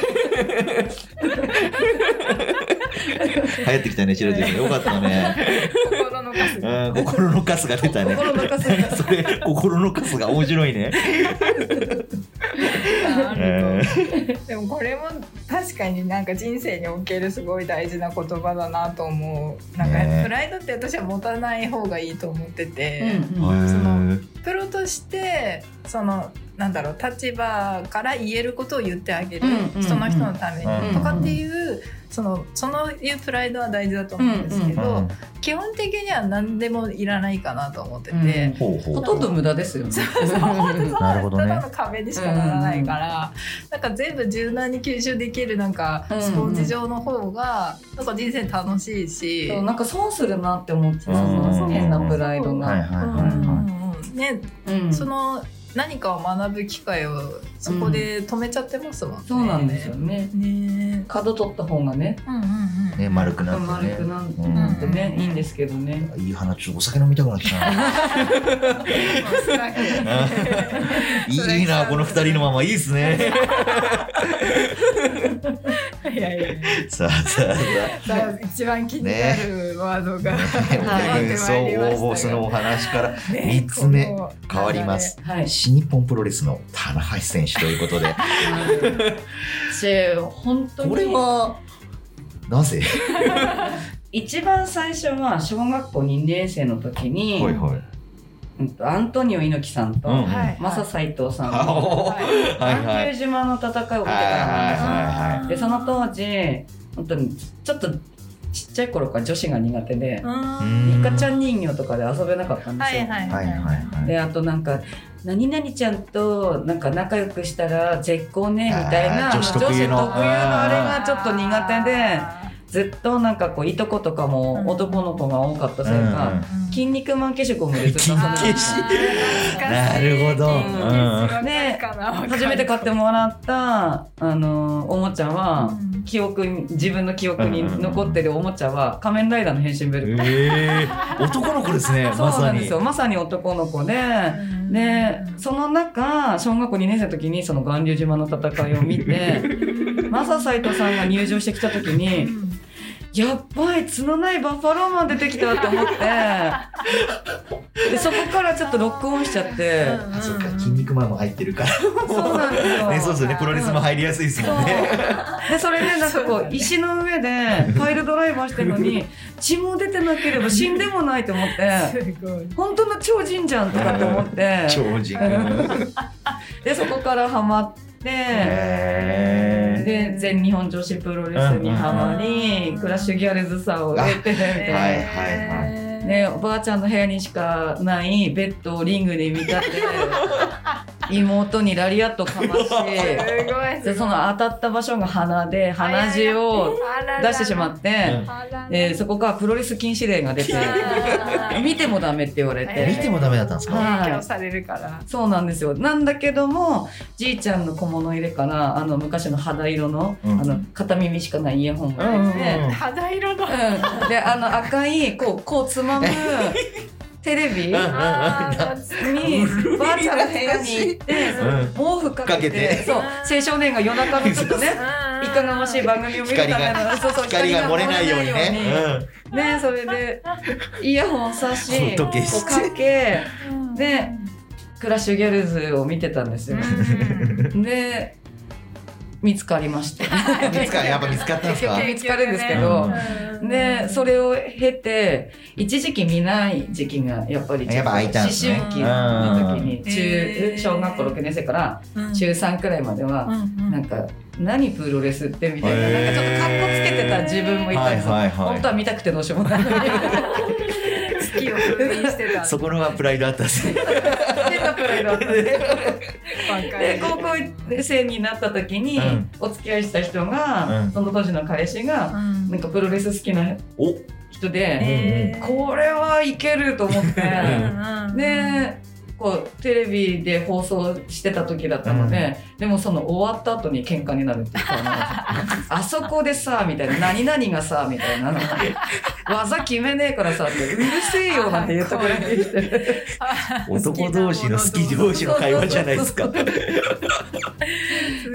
[SPEAKER 1] 行ってきたね白ちゃんよかった ね、
[SPEAKER 2] 心の数が
[SPEAKER 1] うん、心のカスが出たね
[SPEAKER 4] 心のカス が
[SPEAKER 1] それ心のカスが面白いね、
[SPEAKER 2] あ
[SPEAKER 1] え
[SPEAKER 2] ると。でもこれも確かになんか人生におけるすごい大事な言葉だなと思う。なん
[SPEAKER 1] ね
[SPEAKER 2] かプライドって私は持たない方がいいと思ってて。
[SPEAKER 1] ー
[SPEAKER 4] うん
[SPEAKER 2] その
[SPEAKER 1] へー
[SPEAKER 2] プロとしてそのなんだろう立場から言えることを言ってあげる、
[SPEAKER 4] うんうんうん
[SPEAKER 2] その人のため
[SPEAKER 1] うん
[SPEAKER 2] にとかっていう、そのそのいうプライドは大事だと思うんですけど、
[SPEAKER 1] うん
[SPEAKER 2] 基本的には何でもいらないかなと思ってて、
[SPEAKER 4] うん
[SPEAKER 1] ほうほう
[SPEAKER 4] ほとんど無駄ですよね。
[SPEAKER 2] た
[SPEAKER 1] な
[SPEAKER 2] だ
[SPEAKER 1] るほどね
[SPEAKER 2] ただの壁にしかならないから、なんか全部柔軟に吸収できるなんか
[SPEAKER 4] うんうん
[SPEAKER 2] スポンジ状の方がなんか人生楽しいし。
[SPEAKER 4] そうなんか損するなって思っちゃう
[SPEAKER 1] うん
[SPEAKER 4] その変なプライ
[SPEAKER 1] は
[SPEAKER 4] ド
[SPEAKER 1] い
[SPEAKER 4] が。
[SPEAKER 1] はいは
[SPEAKER 2] う
[SPEAKER 1] い
[SPEAKER 2] ん
[SPEAKER 1] は
[SPEAKER 2] うんうんね
[SPEAKER 4] うん
[SPEAKER 2] その何かを学ぶ機会をそこで止めちゃってますもんね。
[SPEAKER 4] そうなんですよね。
[SPEAKER 2] ね
[SPEAKER 4] 角取った方がね、
[SPEAKER 2] え。うんうん
[SPEAKER 1] いね丸くなって
[SPEAKER 4] 丸
[SPEAKER 1] ね
[SPEAKER 4] くなって
[SPEAKER 1] うん
[SPEAKER 4] なんてね、いいんですけどね。
[SPEAKER 1] いい話、ちょっとお酒飲みたくなってきた な。いいいいな、この二人のままいいです ね。
[SPEAKER 2] うん。いやいやい
[SPEAKER 1] さあさあさ
[SPEAKER 2] や。さあ一番気になるワードが、
[SPEAKER 1] あ、
[SPEAKER 2] はい
[SPEAKER 1] ね、そう、応募そのお話から三つ目変わりま。す。
[SPEAKER 4] はい。
[SPEAKER 1] 新日本プロレスの棚橋選手ということで、
[SPEAKER 4] で、本当に。
[SPEAKER 1] これはなぜ？
[SPEAKER 4] 一番最初は小学校2年生の時に、
[SPEAKER 1] はい。
[SPEAKER 4] うんとアントニオ猪木さんと、
[SPEAKER 1] うん
[SPEAKER 2] はい。
[SPEAKER 4] マサ斎藤さん
[SPEAKER 1] あ
[SPEAKER 4] の
[SPEAKER 1] おーはいは
[SPEAKER 4] 巌流
[SPEAKER 1] い。
[SPEAKER 4] 島の戦いを受けたから
[SPEAKER 1] はい
[SPEAKER 4] なんですよ
[SPEAKER 1] はいはい
[SPEAKER 4] でその当時本当にちょっとちっちゃい頃から女子が苦手で
[SPEAKER 2] う、ん。
[SPEAKER 1] うん
[SPEAKER 4] イカちゃん人形とかで遊べなかったんで
[SPEAKER 2] は
[SPEAKER 4] すよ。
[SPEAKER 2] いはい
[SPEAKER 1] はいはいはい。
[SPEAKER 4] であとなんか何々ちゃんとなんか仲良くしたら絶好ねみたいな
[SPEAKER 1] あー女子特有の
[SPEAKER 4] 女子特有のあれがちょっと苦手で
[SPEAKER 2] あ
[SPEAKER 4] ずっとなんかこういとことか
[SPEAKER 2] うん
[SPEAKER 4] も男の子が多かったせいか、
[SPEAKER 1] うんうん
[SPEAKER 2] ー。
[SPEAKER 4] 筋肉マン化食もずっと遊
[SPEAKER 2] あ
[SPEAKER 4] んで
[SPEAKER 2] ー
[SPEAKER 1] 筋消し
[SPEAKER 2] 懐か
[SPEAKER 1] な
[SPEAKER 2] しい
[SPEAKER 1] るほど。う
[SPEAKER 2] うん
[SPEAKER 1] んうん。
[SPEAKER 4] で
[SPEAKER 2] わかるかな
[SPEAKER 4] 初めて買ってもらったあのおもちゃは、記憶に自分の記憶に残ってるおもちゃは仮面ライダーの変身ベルト、
[SPEAKER 1] ええ、男の子ですね。
[SPEAKER 4] そ
[SPEAKER 1] ま
[SPEAKER 4] うな
[SPEAKER 1] さ
[SPEAKER 4] んで
[SPEAKER 1] に
[SPEAKER 4] す。よまさに男の子で。
[SPEAKER 2] うん
[SPEAKER 4] でその中小学校2年生の時にその巌流島の戦いを見 てマササイトさんが入場してきた時
[SPEAKER 2] う
[SPEAKER 4] に
[SPEAKER 2] ん
[SPEAKER 4] やっばい角ないバッファローマン出てきたって 思ってでそこからちょっとロックオンしちゃって
[SPEAKER 1] あそうか、筋肉マンも入ってるから。
[SPEAKER 4] そうなんですよ。
[SPEAKER 1] ね、そうですよね。プロレスも入りやすいです
[SPEAKER 4] そ
[SPEAKER 1] もん
[SPEAKER 4] う
[SPEAKER 1] ね。
[SPEAKER 4] でそれでなんか
[SPEAKER 2] そ
[SPEAKER 4] こ
[SPEAKER 2] う
[SPEAKER 4] う
[SPEAKER 2] だね
[SPEAKER 4] 石の上でパイルドライバーしてるのに血も出てなければ死んでもないと思って
[SPEAKER 2] すごい。
[SPEAKER 4] 本当の超人じゃんとかって思って
[SPEAKER 1] 超人。
[SPEAKER 4] でそこからハマって。
[SPEAKER 1] へ
[SPEAKER 4] で全日本女子プロレスにハマり
[SPEAKER 2] うん
[SPEAKER 4] クラッシュギャルズさを得てみたい
[SPEAKER 1] は
[SPEAKER 4] ない
[SPEAKER 1] はいはい
[SPEAKER 2] い
[SPEAKER 4] ねおばあちゃんの部屋にしかないベッドをリングで見 立て妹にラリアットかまし
[SPEAKER 2] すごい。
[SPEAKER 4] でその当たった場所が鼻で鼻血を出してしまって、でそこからプロレス禁止令が出て見てもダメって言われ
[SPEAKER 1] ー。見
[SPEAKER 4] て
[SPEAKER 1] てもダメだったんですか。
[SPEAKER 2] 影響されるから。
[SPEAKER 4] そうなんですよなんだけどもじいちゃんの小物入れからあの昔の肌色の,、
[SPEAKER 1] うん
[SPEAKER 4] あの片耳しかないイヤホンが入ってて、
[SPEAKER 1] うん
[SPEAKER 2] 肌色の。
[SPEAKER 4] うんであの赤いこうこうつ まむテレビにばあちゃんの部屋に行って
[SPEAKER 1] うん
[SPEAKER 4] 毛布かけて
[SPEAKER 1] かけて
[SPEAKER 4] そう青少年が夜中のちょっとねいかがましい番組を見るための
[SPEAKER 1] 光
[SPEAKER 4] そうそう
[SPEAKER 1] 光が漏れないように
[SPEAKER 4] 光が漏れないように
[SPEAKER 1] ね。
[SPEAKER 4] ねそれでイヤホンさし
[SPEAKER 1] ほんと
[SPEAKER 4] こ
[SPEAKER 1] 下
[SPEAKER 4] う
[SPEAKER 1] 質
[SPEAKER 4] かけでクラッシュギャルズを見てたんですよ。で見つかりました。
[SPEAKER 1] 見つかやっぱ見つかったんですか
[SPEAKER 4] 結局見つかるんですけど、でそれを経て一時期見ない時期がやっぱり
[SPEAKER 8] やっぱ空いたんですね
[SPEAKER 4] 思春期の時
[SPEAKER 2] ん
[SPEAKER 4] に
[SPEAKER 2] へ
[SPEAKER 4] 中
[SPEAKER 2] ー
[SPEAKER 4] 小学校6年生から
[SPEAKER 2] うん
[SPEAKER 4] 中3くらいまではなんか何プロレスってみたいな
[SPEAKER 1] へ
[SPEAKER 4] なん
[SPEAKER 1] ー
[SPEAKER 4] かちょっとカッコつけてた自分もいたんですよ
[SPEAKER 1] はいはいはい
[SPEAKER 4] 本当は見たくてどうしようもない
[SPEAKER 2] 好きを封印してた
[SPEAKER 1] そこのはプライドあったんですね。
[SPEAKER 4] 変なプライドあったんですよで高校生になった時に
[SPEAKER 1] うん
[SPEAKER 4] お付き合いした人が、
[SPEAKER 1] うん
[SPEAKER 4] その当時の彼氏がなんかプロレス好きな
[SPEAKER 1] お、
[SPEAKER 4] 人で、
[SPEAKER 1] え
[SPEAKER 4] これはいけると思って
[SPEAKER 1] ん
[SPEAKER 4] でこうテレビで放送してた時だったので、でもその終わった後に喧嘩になるっていうか なんかあそこでさみたいな何々がさみたいななんか技決めねえからさってうるせえよなんて言ったくらいでして
[SPEAKER 1] 男同士の好き同士の会話じゃないです か。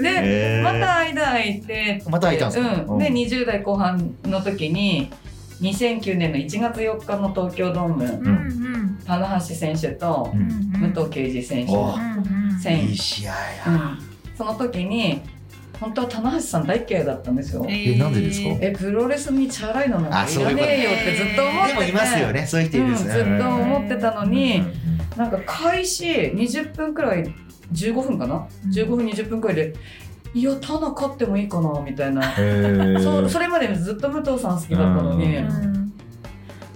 [SPEAKER 4] で
[SPEAKER 1] へー
[SPEAKER 4] また間空いて
[SPEAKER 8] また空いたんですか
[SPEAKER 4] うん、で20代後半の時に2009年の1月4日の東京ドーム棚橋選手と
[SPEAKER 1] うん
[SPEAKER 4] 武藤敬司選手
[SPEAKER 1] お
[SPEAKER 4] の戦
[SPEAKER 1] いい試合
[SPEAKER 4] う
[SPEAKER 1] や。
[SPEAKER 4] ん、その時に本当は棚橋さん大嫌いだったんですよ。
[SPEAKER 1] えなんでですか
[SPEAKER 4] えプロレスにチャラいのなん
[SPEAKER 1] あ
[SPEAKER 4] て
[SPEAKER 1] そ
[SPEAKER 4] いう
[SPEAKER 1] いうこ
[SPEAKER 4] ら
[SPEAKER 1] と
[SPEAKER 4] ねえよってずっと思っ
[SPEAKER 1] で
[SPEAKER 4] て
[SPEAKER 1] も
[SPEAKER 4] て
[SPEAKER 1] いますよね、そういう人いる
[SPEAKER 4] うんん
[SPEAKER 1] です
[SPEAKER 4] ず
[SPEAKER 1] ね。
[SPEAKER 4] っと思ってたのに、
[SPEAKER 1] うんうん
[SPEAKER 4] なんか開始20分くらい15分かな、15分20分くらいでいや棚勝ってもいいかなみたいな、
[SPEAKER 1] へー
[SPEAKER 4] そうそれまでずっと武藤さん好きだったのに、
[SPEAKER 1] うん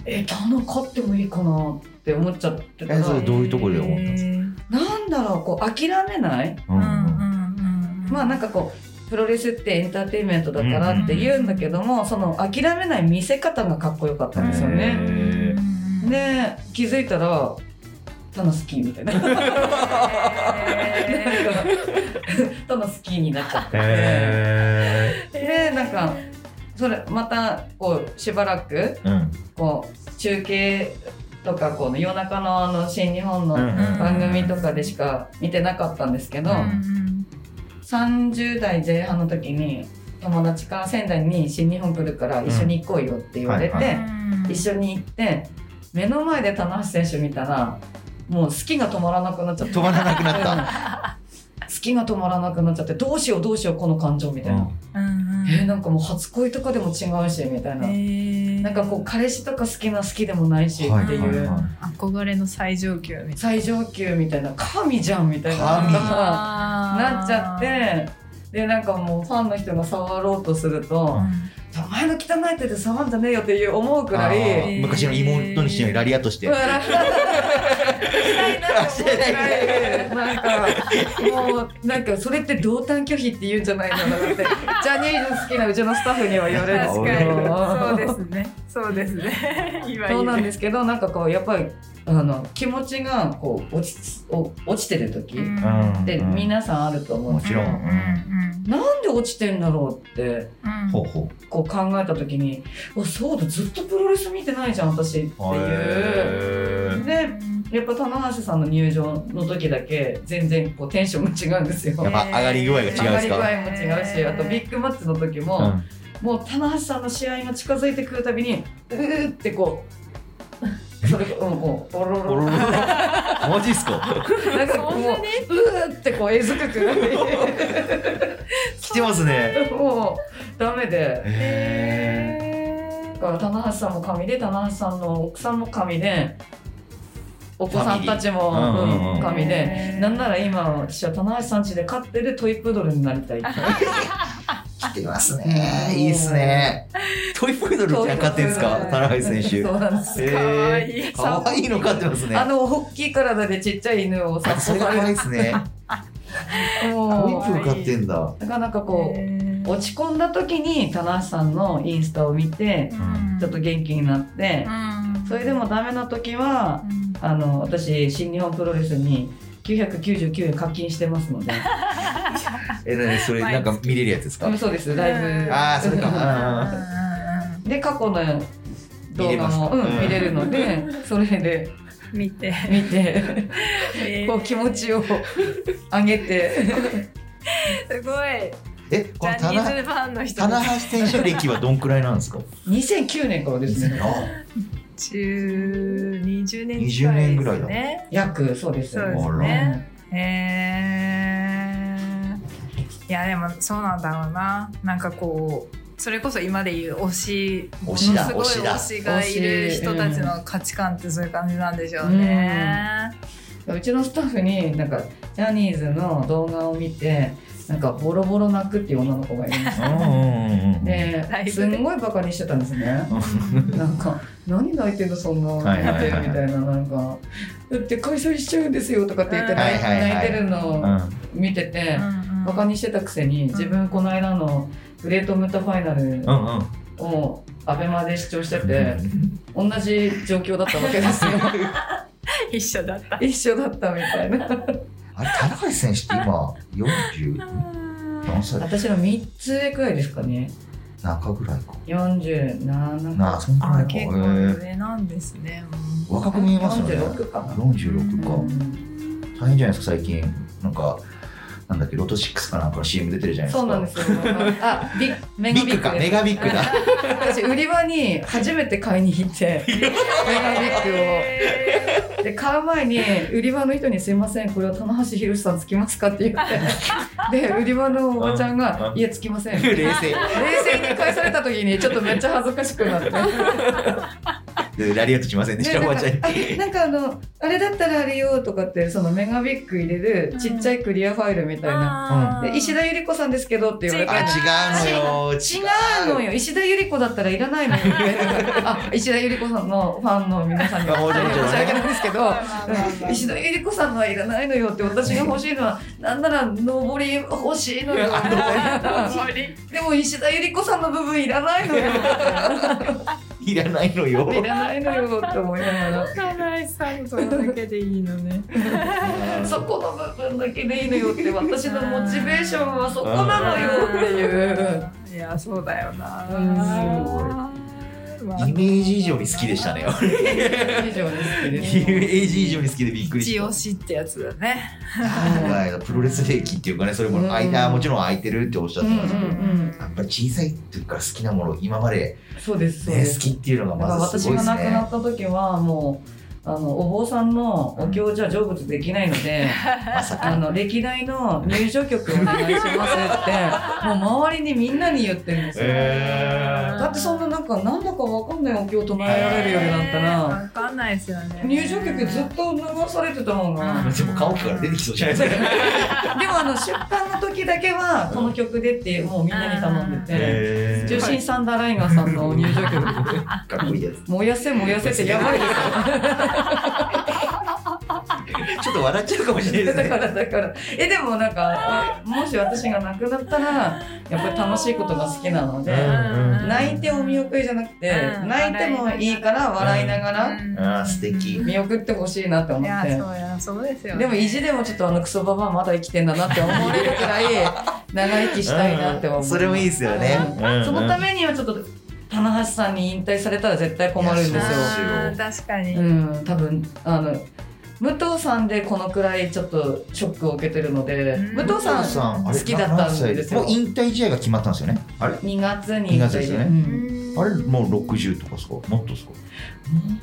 [SPEAKER 4] え棚勝ってもいいかなって思っちゃってた
[SPEAKER 8] え
[SPEAKER 4] ら
[SPEAKER 8] それどういうところで思ったんですか、
[SPEAKER 4] なんだろうこう諦めないまあなんかこうプロレスってエンターテインメントだからって言うんだけども、その諦めない見せ方がかっこよかったんですよね。
[SPEAKER 1] へ
[SPEAKER 4] で気づいたら「タナスキー」みたいな。 なんかタナスキーになっちゃっ
[SPEAKER 1] ーへ
[SPEAKER 4] てでなんかそれまたこうしばらく
[SPEAKER 1] ーうん
[SPEAKER 4] こう中継とかこの夜中のあの新日本の
[SPEAKER 1] うん
[SPEAKER 4] 番組とかでしか見てなかったんですけど。30代前半の時に友達から仙台に新日本来るから一緒に行こうよって言われて、
[SPEAKER 1] うんは
[SPEAKER 4] 一緒に行って目の前で棚橋選手見たらもう好きが止まらなくなっちゃって
[SPEAKER 1] 止まらなくなった。
[SPEAKER 4] 好きが止まらなくなっちゃってどうしようどうしようこの感情みたいな、えーなんかもう初恋とかでも違うしみたいな、なんかこう彼氏とか好きな好きでもないしっていう、
[SPEAKER 1] はいはいはい
[SPEAKER 2] 憧れの最上級みたい
[SPEAKER 4] 最上級みたいな神じゃんみたいな
[SPEAKER 1] 神
[SPEAKER 4] だから
[SPEAKER 2] な
[SPEAKER 4] なっちゃってでなんかもうファンの人が触ろうとすると「お前の汚い手で触んじゃねえよ」っていう思うくら
[SPEAKER 1] あ
[SPEAKER 4] い
[SPEAKER 1] ー昔の妹にしてラリアとして。
[SPEAKER 4] 笑った
[SPEAKER 1] してない
[SPEAKER 4] なんかもうなんかそれって同担拒否って言うんじゃないのだってジャニーズ好きなうちのスタッフには言われるんです
[SPEAKER 2] 確
[SPEAKER 4] け
[SPEAKER 2] かに
[SPEAKER 4] ど
[SPEAKER 2] そうですねそうですね今
[SPEAKER 4] そうなん
[SPEAKER 2] す
[SPEAKER 4] ですけどなんかこうやっぱりあの気持ちがこう落ちお落ちてる時
[SPEAKER 1] うん
[SPEAKER 4] って
[SPEAKER 1] うん
[SPEAKER 4] 皆さんあると思うん
[SPEAKER 1] も
[SPEAKER 4] です
[SPEAKER 1] ち
[SPEAKER 4] けど
[SPEAKER 1] ろん。
[SPEAKER 4] なんで落ちてんだろうって
[SPEAKER 1] ほうほう。
[SPEAKER 4] こう考えた時に「あそうだずっとプロレス見てないじゃん私」っていう。
[SPEAKER 1] へー
[SPEAKER 4] でやっぱ棚橋さんの入場の時だけ全然こうテンションが違うんですよ。
[SPEAKER 1] やっ
[SPEAKER 4] 上
[SPEAKER 1] ぱ上がり具合が違うんです
[SPEAKER 4] がり具合
[SPEAKER 1] か。
[SPEAKER 4] も違うしあとビッグマッチの時
[SPEAKER 1] う
[SPEAKER 4] も、
[SPEAKER 1] ん
[SPEAKER 4] もう棚橋さんの試合が近づいてくるたびにうーってこうそれこうんもうおろ
[SPEAKER 1] おろ
[SPEAKER 4] ろ
[SPEAKER 1] ろ マジっすか。
[SPEAKER 4] なんかもううーってこうえずくくら い
[SPEAKER 1] 来てますね。
[SPEAKER 4] もうダメで。
[SPEAKER 1] へ
[SPEAKER 4] だから棚橋さんも神で棚橋さんの奥さんも神でお子さんたちも
[SPEAKER 1] ファミリーうんうんうん
[SPEAKER 4] うん神でなんなら今私は棚橋さん家で飼ってるトイプードルになりたいって
[SPEAKER 8] 来てますね。いいっすね。
[SPEAKER 1] ートイプードルって飼ってんですか
[SPEAKER 4] そう、
[SPEAKER 1] 田中選手。
[SPEAKER 4] そうなんです
[SPEAKER 1] えー
[SPEAKER 2] かわいい
[SPEAKER 1] かわいいの飼ってますね。
[SPEAKER 4] あの大きい体でちっちゃい犬をさ
[SPEAKER 1] あそれが可愛いっすね。トイ
[SPEAKER 4] も
[SPEAKER 1] プー飼ってんだ。
[SPEAKER 4] うなかなかこう落ち込んだ時に棚橋さんのインスタを見てちょっと元気になってそれでもダメな時はあの私新日本プロレスに999円課金してま すので。
[SPEAKER 1] え、なにそれなんか見れるやつですか
[SPEAKER 4] うん。そうですライ
[SPEAKER 2] うん
[SPEAKER 4] ブ
[SPEAKER 1] ああ、それか。うんうん
[SPEAKER 4] で過去の動
[SPEAKER 1] 見れ
[SPEAKER 4] 画
[SPEAKER 1] ますか
[SPEAKER 4] もうん
[SPEAKER 1] うん
[SPEAKER 4] 見れるの でそれで
[SPEAKER 2] 見て
[SPEAKER 4] 見てこう気持ちを上げて
[SPEAKER 2] すごい
[SPEAKER 1] え、
[SPEAKER 2] ジ
[SPEAKER 1] この
[SPEAKER 2] ャ
[SPEAKER 1] 棚
[SPEAKER 2] ニーズファンの人
[SPEAKER 1] 棚橋選手歴はどんくらいなんですか。
[SPEAKER 4] 2009年からですね
[SPEAKER 1] あ、
[SPEAKER 2] 10 20年
[SPEAKER 1] 20年ぐらいだ
[SPEAKER 2] ですね。
[SPEAKER 4] 約そうです
[SPEAKER 2] そうですね。へえいやでもそうなんだろうな。なんかこう。それこそ今で言う推し
[SPEAKER 9] 推しだ
[SPEAKER 2] ものすごい
[SPEAKER 9] 推しだ
[SPEAKER 2] 推しがいる人たちの価値観ってそういう感じなんでしょうね。
[SPEAKER 4] うちのスタッフになんかジャニーズの動画を見てなんかボロボロ泣くっていう女の子がい るんですよ
[SPEAKER 2] ライブ
[SPEAKER 4] で
[SPEAKER 2] です
[SPEAKER 4] んごいバカにしてたんですねなんか「何泣いてんのそんな」み
[SPEAKER 9] は
[SPEAKER 4] た
[SPEAKER 9] い
[SPEAKER 4] い
[SPEAKER 9] はいはいはい
[SPEAKER 4] ななんか「だって解散しちゃうんですよ」とかって言って泣い
[SPEAKER 1] うんはいはいはい
[SPEAKER 4] 泣いてるのを見ててバカ
[SPEAKER 2] に
[SPEAKER 4] にしてたくせに自分この間のグレートムートファイナルをアベマで視聴してて同じ状況だったわけ ですよ
[SPEAKER 2] 一緒だった。
[SPEAKER 4] 一緒だったみたいな
[SPEAKER 1] あれ、高橋選手って今、40何歳だっ
[SPEAKER 4] 私の3つ上くらいですかね
[SPEAKER 1] け中ぐらいか。
[SPEAKER 4] 47
[SPEAKER 1] なあ、そんぐらいか。
[SPEAKER 2] あ
[SPEAKER 1] へ
[SPEAKER 2] 結構
[SPEAKER 1] え
[SPEAKER 2] 上なんですね。うん
[SPEAKER 1] 若く見えますよね。
[SPEAKER 4] 46かな
[SPEAKER 1] 46
[SPEAKER 4] う
[SPEAKER 1] か。
[SPEAKER 4] ん
[SPEAKER 1] 大変じゃないですか、最近。なんか、なんだっけ、ロト6かなんかの CM 出てるじゃないですか。
[SPEAKER 4] そうなんですよあビッメ
[SPEAKER 1] ビッ
[SPEAKER 4] ガビ
[SPEAKER 1] グ
[SPEAKER 4] ッ
[SPEAKER 1] か、
[SPEAKER 4] グで
[SPEAKER 1] メ
[SPEAKER 4] す
[SPEAKER 1] ガビッグだ。
[SPEAKER 4] 私売り場に初めて買いに 行ってメガビッグをで買う前に売り場の人に「すいませんこれは棚橋宏さんつきますか?」っ て言ってで売り場のおばちゃんが
[SPEAKER 9] う
[SPEAKER 4] 「
[SPEAKER 9] ん
[SPEAKER 4] いやつきません」冷
[SPEAKER 9] 冷静
[SPEAKER 4] 静に返された時にちょっとめっちゃ恥ずかしく なって
[SPEAKER 9] でラリアットしませんでしたおばちゃんに
[SPEAKER 4] ねなんかあのあれだったらあれよとかってそのメガビッグ入れるちっちゃいクリアファイルみたいな、
[SPEAKER 2] あー
[SPEAKER 4] で石田ゆり子さんですけどって言われて
[SPEAKER 2] 違う
[SPEAKER 9] あ違うのよ
[SPEAKER 4] 違うのよ石田ゆり子だったらいらないのよみたいなあ石田ゆり子さんのファンの皆 さんには
[SPEAKER 9] もち
[SPEAKER 4] 申
[SPEAKER 9] ろんもちろんね
[SPEAKER 4] し訳ないんですけど
[SPEAKER 2] まあまあまあまあ
[SPEAKER 4] 石田ゆり子さんのはいらないのよって私が欲しいのはなんなら上り欲しいのよ でも石田ゆり子さんの部分いらないのよ
[SPEAKER 9] いらないの
[SPEAKER 4] い
[SPEAKER 9] よ
[SPEAKER 4] らないのよって思いながら
[SPEAKER 2] 金井さんそれだけでいいのね。
[SPEAKER 4] そこの部分だけでいいのよって私のモチベーションはそこなのよっていう。
[SPEAKER 2] いやそうだよな。まあ
[SPEAKER 9] イメージ以上に好きでしたね俺
[SPEAKER 4] 以上ですけれ
[SPEAKER 9] イメ
[SPEAKER 4] ど
[SPEAKER 9] ージ以上に好きでびっくりし
[SPEAKER 2] 一
[SPEAKER 9] た
[SPEAKER 2] 押しってやつだね。
[SPEAKER 1] はいプロレス兵器っていうかね、それも
[SPEAKER 4] うん
[SPEAKER 1] 空いた、もちろん空いてるっておっしゃっ
[SPEAKER 4] う
[SPEAKER 1] て
[SPEAKER 4] んうん
[SPEAKER 1] ましたけど、
[SPEAKER 4] うん、
[SPEAKER 1] やっぱり小さい時から好きなもの、今まで、
[SPEAKER 4] そうですそう
[SPEAKER 1] ね、
[SPEAKER 4] で
[SPEAKER 1] 好
[SPEAKER 4] す。
[SPEAKER 1] きっていうの
[SPEAKER 4] だか
[SPEAKER 1] が
[SPEAKER 4] ら
[SPEAKER 1] まずす
[SPEAKER 4] 私
[SPEAKER 1] ごいで
[SPEAKER 4] が
[SPEAKER 1] す
[SPEAKER 4] 亡くなっ
[SPEAKER 1] ね。
[SPEAKER 4] た時はもうあのお坊さんのお経じゃ成仏できないので、
[SPEAKER 1] まさ
[SPEAKER 4] あ
[SPEAKER 1] か。
[SPEAKER 4] の歴代の入場曲お願いしますってもう周りにみんなに言ってるんですよ。
[SPEAKER 9] え
[SPEAKER 4] だってそんななんかなんだかわかんないお経を唱えられるようになったら、
[SPEAKER 2] わかんないですよね。
[SPEAKER 4] 入場曲ずっと流されてたもんな。
[SPEAKER 9] ーでも顔から出てきそうじゃないですか
[SPEAKER 4] でもあの出版の時だけはこの曲でってもうみんなに頼んでて。
[SPEAKER 9] え
[SPEAKER 4] 重心サンダーライガーさんの入場曲
[SPEAKER 1] かっこいいやつ。
[SPEAKER 4] 燃やせ燃やせってやばいですよ
[SPEAKER 9] ちょっと笑っちゃうかもしれないです
[SPEAKER 4] だか
[SPEAKER 9] ね
[SPEAKER 4] らだからえでもなんかもし私が亡くなったらやっぱり楽しいことが好きなので泣いてお見送りじゃなくて
[SPEAKER 2] うん
[SPEAKER 4] 泣いてもいいから笑いながら
[SPEAKER 1] ああ、素敵。
[SPEAKER 4] 見送ってほしいなって
[SPEAKER 2] い
[SPEAKER 4] 思っ
[SPEAKER 2] や
[SPEAKER 4] て
[SPEAKER 2] そうやそうですよ。
[SPEAKER 4] でも意地でもちょっとあのクソババアまだ生きてんだなって思われるくらい長生きしたいなって思う
[SPEAKER 1] それもいいですよね。
[SPEAKER 4] そのためにはちょっと棚橋さんに引退されたら絶対困るんですよ
[SPEAKER 1] いやそう
[SPEAKER 2] 確かに。
[SPEAKER 4] うん多分あの武藤さんでこのくらいちょっとショックを受けてるので
[SPEAKER 2] うん
[SPEAKER 4] 武藤さん
[SPEAKER 1] ん
[SPEAKER 4] 好きだったんですよ
[SPEAKER 1] もう引退試合が決まったんですよね。あれ
[SPEAKER 4] 2月に
[SPEAKER 1] 二月ですよね
[SPEAKER 4] うん
[SPEAKER 1] あれもう60とかですかもっとですか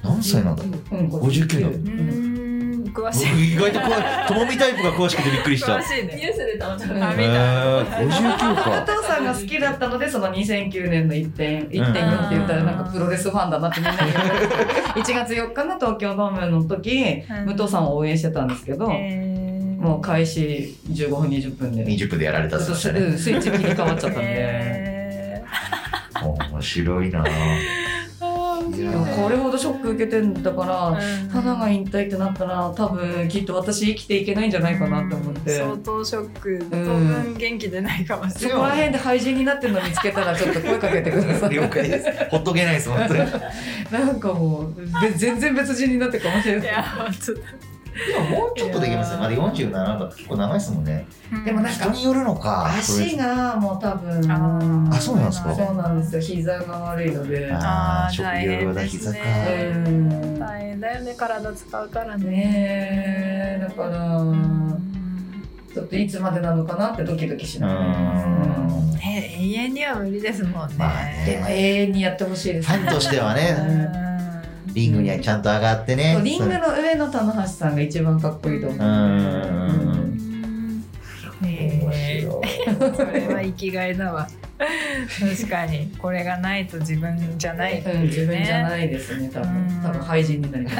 [SPEAKER 1] 何歳なんだろう
[SPEAKER 4] うん
[SPEAKER 1] 59なんだ
[SPEAKER 2] うーん詳しい。
[SPEAKER 9] 意外とこうともみタイプが詳しくてびっくりした
[SPEAKER 2] 詳しいね。
[SPEAKER 10] ュースでたまた
[SPEAKER 4] ま
[SPEAKER 2] あ
[SPEAKER 1] え
[SPEAKER 2] 見た。
[SPEAKER 1] ー、59
[SPEAKER 4] 加
[SPEAKER 1] か
[SPEAKER 4] 藤さんが好きだったのでその2009年の1.1.4って言ったらなんかプロレスファンだなってみんなに言われて1月4日 の東京ドームの時
[SPEAKER 2] うん
[SPEAKER 4] 武藤さんを応援してたんですけどもう開始15分20分で
[SPEAKER 1] 20分でやられたっ
[SPEAKER 4] ち
[SPEAKER 1] て
[SPEAKER 4] ょ
[SPEAKER 1] 言
[SPEAKER 4] っ
[SPEAKER 1] ってました
[SPEAKER 4] と
[SPEAKER 1] ね
[SPEAKER 4] うんスイッチ切り替わっちゃったんで。
[SPEAKER 2] え
[SPEAKER 1] 面白いなぁ いや
[SPEAKER 4] でも
[SPEAKER 1] ー
[SPEAKER 4] これほどショック受けてんだから、花が引退ってなったら多分きっと私生きていけないんじゃないかなと思って、
[SPEAKER 2] 相当ショック当分元気でないかもし
[SPEAKER 4] そ
[SPEAKER 2] れ
[SPEAKER 4] こら辺で廃人になってるの見つけたらちょっと声かけてください
[SPEAKER 9] 了解ですほっとけないです本当に
[SPEAKER 4] なんかもうべ全然別人になってるかもしれ
[SPEAKER 2] ない。い
[SPEAKER 4] ない
[SPEAKER 2] や本当だ
[SPEAKER 1] でももうちょっとできますよまだ47だと結構長いですもんね
[SPEAKER 4] でもなんか
[SPEAKER 1] 人によるのか
[SPEAKER 4] 足がもう多分
[SPEAKER 2] あ
[SPEAKER 1] あ
[SPEAKER 2] ー
[SPEAKER 1] そうなんですか
[SPEAKER 4] そうなんですよ膝が悪いので
[SPEAKER 1] ああ
[SPEAKER 2] あー
[SPEAKER 1] 職
[SPEAKER 2] 大
[SPEAKER 1] 業
[SPEAKER 2] 変
[SPEAKER 1] だ
[SPEAKER 2] で
[SPEAKER 1] 膝
[SPEAKER 2] す
[SPEAKER 1] か
[SPEAKER 2] ね
[SPEAKER 4] うんね
[SPEAKER 2] 大変だよね体使うからね。
[SPEAKER 4] えだからちょっといつまでなのかなってドキドキし
[SPEAKER 1] う
[SPEAKER 4] ながら
[SPEAKER 1] ーん
[SPEAKER 2] え永遠には無理ですもんね。
[SPEAKER 1] まあね
[SPEAKER 4] でも永遠にやってほしいです
[SPEAKER 1] ファンとしてはね
[SPEAKER 2] うん
[SPEAKER 1] リングにはちゃんと上がってね
[SPEAKER 4] そうリングの上の棚橋さんが一番かっこいいと思う。
[SPEAKER 1] うーん
[SPEAKER 2] 面白い
[SPEAKER 1] 面白い
[SPEAKER 2] それ は生きがいだわ確かにこれがないと自分じゃない
[SPEAKER 4] うん、自分じゃないですね、多
[SPEAKER 2] うん
[SPEAKER 4] 分。多分廃人になります。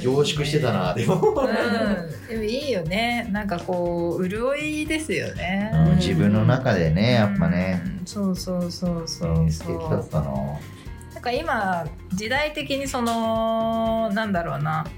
[SPEAKER 1] 凝縮してたなでも、
[SPEAKER 2] うんでもいいよねなんかこう潤いですよね
[SPEAKER 1] うん自分の中でねやっぱね、
[SPEAKER 2] うんそうそうそうそ
[SPEAKER 1] え
[SPEAKER 2] う
[SPEAKER 1] ー
[SPEAKER 2] そ
[SPEAKER 1] 素敵
[SPEAKER 2] う
[SPEAKER 1] だったな
[SPEAKER 2] なんか今時代的にそのなんだろうな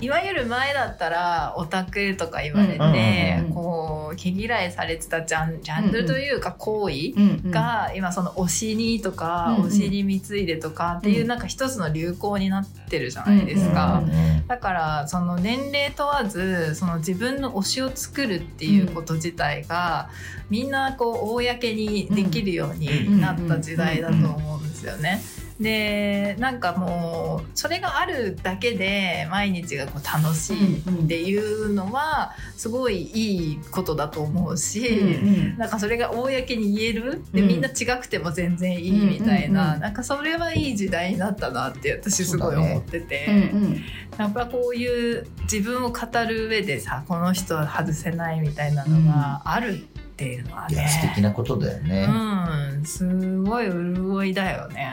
[SPEAKER 2] いわゆる前だったらオタクとか言われ
[SPEAKER 1] うんうん
[SPEAKER 2] て
[SPEAKER 4] うんうん
[SPEAKER 2] こう毛嫌いされてたジャンジャンルというか行為
[SPEAKER 4] うんうん
[SPEAKER 2] が今その推しにとか
[SPEAKER 4] うんうん
[SPEAKER 2] 推しに貢いでとかっていうなんか一つの流行になってるじゃないです
[SPEAKER 4] う
[SPEAKER 2] か
[SPEAKER 4] んうん。
[SPEAKER 2] だからその年齢問わずその自分の推しを作るっていうこと自体が、みんなこう公にできるようになった時代だと思うんですよね。でなんかもうそれがあるだけで毎日がこう楽しいっていうのはすごいいいことだと思うし。
[SPEAKER 4] うん
[SPEAKER 2] なんかそれが公に言えるで、
[SPEAKER 4] うん
[SPEAKER 2] みんな違くても全然いいみたいな、
[SPEAKER 4] うんうんうん
[SPEAKER 2] なんかそれはいい時代になったなって私すごい思ってて、
[SPEAKER 4] うんうん
[SPEAKER 2] やっぱこういう自分を語る上でさこの人は外せないみたいなのがあるっていうのはい
[SPEAKER 1] や素敵
[SPEAKER 2] ね、
[SPEAKER 1] なことだよね、
[SPEAKER 2] うん、すごい潤いだよね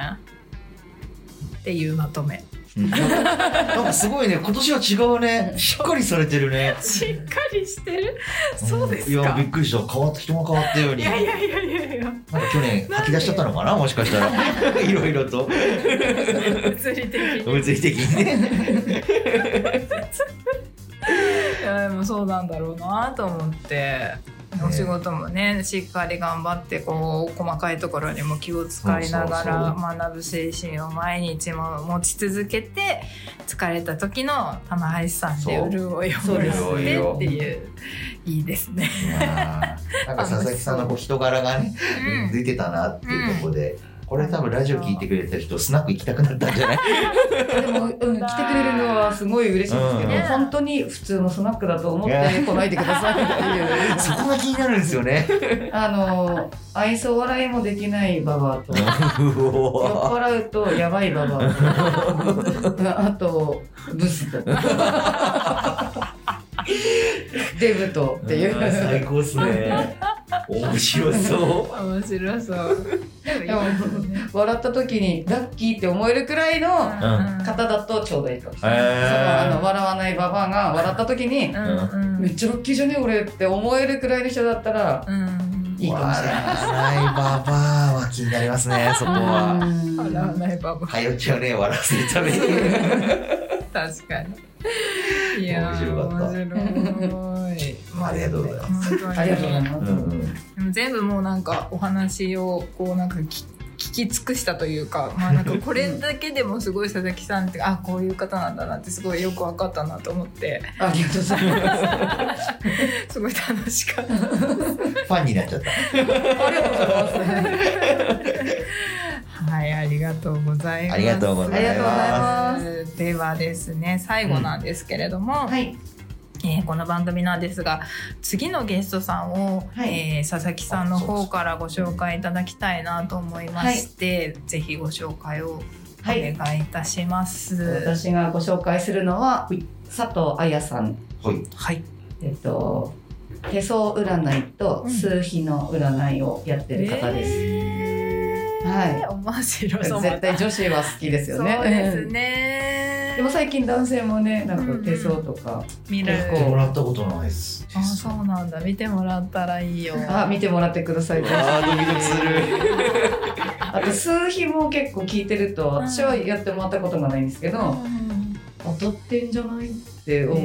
[SPEAKER 2] っていうまとめ
[SPEAKER 1] うんなんかすごいね今年は違うねしっかりされてるね
[SPEAKER 2] しっかりしてる
[SPEAKER 1] ん
[SPEAKER 2] そうです
[SPEAKER 1] いや
[SPEAKER 2] か
[SPEAKER 1] びっくりした変わった人が変わったよう
[SPEAKER 2] い
[SPEAKER 1] に
[SPEAKER 2] やいやいやいやいや
[SPEAKER 1] なんか去年吐き出しちゃったのかなもしかしたら いろいろと
[SPEAKER 2] 物理的に
[SPEAKER 1] 物理的に ね
[SPEAKER 2] いやでもそうなんだろうなと思って。お仕事もねしっかり頑張ってこう細かいところにも気を使いなが
[SPEAKER 1] そう
[SPEAKER 2] ら学ぶ精神を毎日も持ち続けて疲れた時の棚橋さんで
[SPEAKER 1] そう
[SPEAKER 2] 潤いをもらってっていういいですね。
[SPEAKER 1] いやーなんか佐々木さんのこう人柄がね
[SPEAKER 2] うん
[SPEAKER 1] 出てたなっていうところで、これ多分ラジオ聞いてくれた人スナック行きたくなったん じゃない
[SPEAKER 4] でも、うん、来てくれるのはすごい嬉しいんですけど、
[SPEAKER 1] うん
[SPEAKER 4] 本当に普通のスナックだと思って来ないでくださいって
[SPEAKER 1] そこが気になるんですよ ね
[SPEAKER 4] いうあの愛想笑いもできないババアと酔っ
[SPEAKER 1] うおー
[SPEAKER 4] 払うとやばいババアとあとブスとデブとっていう
[SPEAKER 1] う。ん最高っすね面 白そ
[SPEAKER 2] 面白そう。でもいいですね
[SPEAKER 4] 笑った時にラッキーって思えるくらいの方だとちょうどいいかもしれない、
[SPEAKER 1] へー
[SPEAKER 4] そのあの笑わないババアが笑った時に
[SPEAKER 2] うんうん
[SPEAKER 4] めっちゃラッキーじゃね俺って思えるくらいの人だったら
[SPEAKER 2] うん
[SPEAKER 1] う
[SPEAKER 4] いいかもしれない。
[SPEAKER 1] 笑わないババアは気になりますねそこは
[SPEAKER 4] うん
[SPEAKER 2] 笑わないババ
[SPEAKER 1] 早打ちをね笑わせるために
[SPEAKER 2] 確かに。いやー
[SPEAKER 1] 面白かった
[SPEAKER 2] 面白い。
[SPEAKER 1] ありがとうございます
[SPEAKER 2] 本当に
[SPEAKER 4] ありがとうございます。
[SPEAKER 1] うんうん
[SPEAKER 2] でも全部もうなんかお話をこうなんかき聞き尽くしたというか、まあなんかこれだけでもすごい佐々木さんってあ こういう方なんだなってすごいよく分かったなと思って、
[SPEAKER 4] ありがとうございます。
[SPEAKER 2] すごい楽しかった。
[SPEAKER 1] ファンになっちゃった
[SPEAKER 4] ありがとうございます。
[SPEAKER 2] はい、ありがとうございます。
[SPEAKER 1] ありがとうございますありがとうござい
[SPEAKER 2] す。ではですね、最後なんですけれども、
[SPEAKER 4] はい、
[SPEAKER 2] えーこの番組なんですが次のゲストさんを、
[SPEAKER 4] はい
[SPEAKER 2] えー佐々木さんの方からご紹介いただきたいなと思いまして、ぜひご紹介をお
[SPEAKER 4] はい
[SPEAKER 2] 願いいたします。はい、
[SPEAKER 4] 私がご紹介するのは佐藤彩さん。
[SPEAKER 1] はい
[SPEAKER 4] えっと。手相占いと数秘の占いをやってる方です。
[SPEAKER 2] えー
[SPEAKER 4] はい
[SPEAKER 2] 面白そう。
[SPEAKER 4] 絶対女子は好きですよね。
[SPEAKER 2] そうですね。
[SPEAKER 4] でも最近男性もね、なんか手相とか、
[SPEAKER 2] 見る。
[SPEAKER 4] 結
[SPEAKER 1] 見て
[SPEAKER 4] 構
[SPEAKER 1] もらったことないです
[SPEAKER 2] あ、そうなんだ。見てもらったらいいよ。
[SPEAKER 4] あ、見てもらってください。
[SPEAKER 1] あドキドキす る
[SPEAKER 4] あと数秘も結構聞いてると、私はやってもらったことがないんですけ
[SPEAKER 2] う
[SPEAKER 4] ど。
[SPEAKER 2] ん
[SPEAKER 4] 当たってんじゃないって思う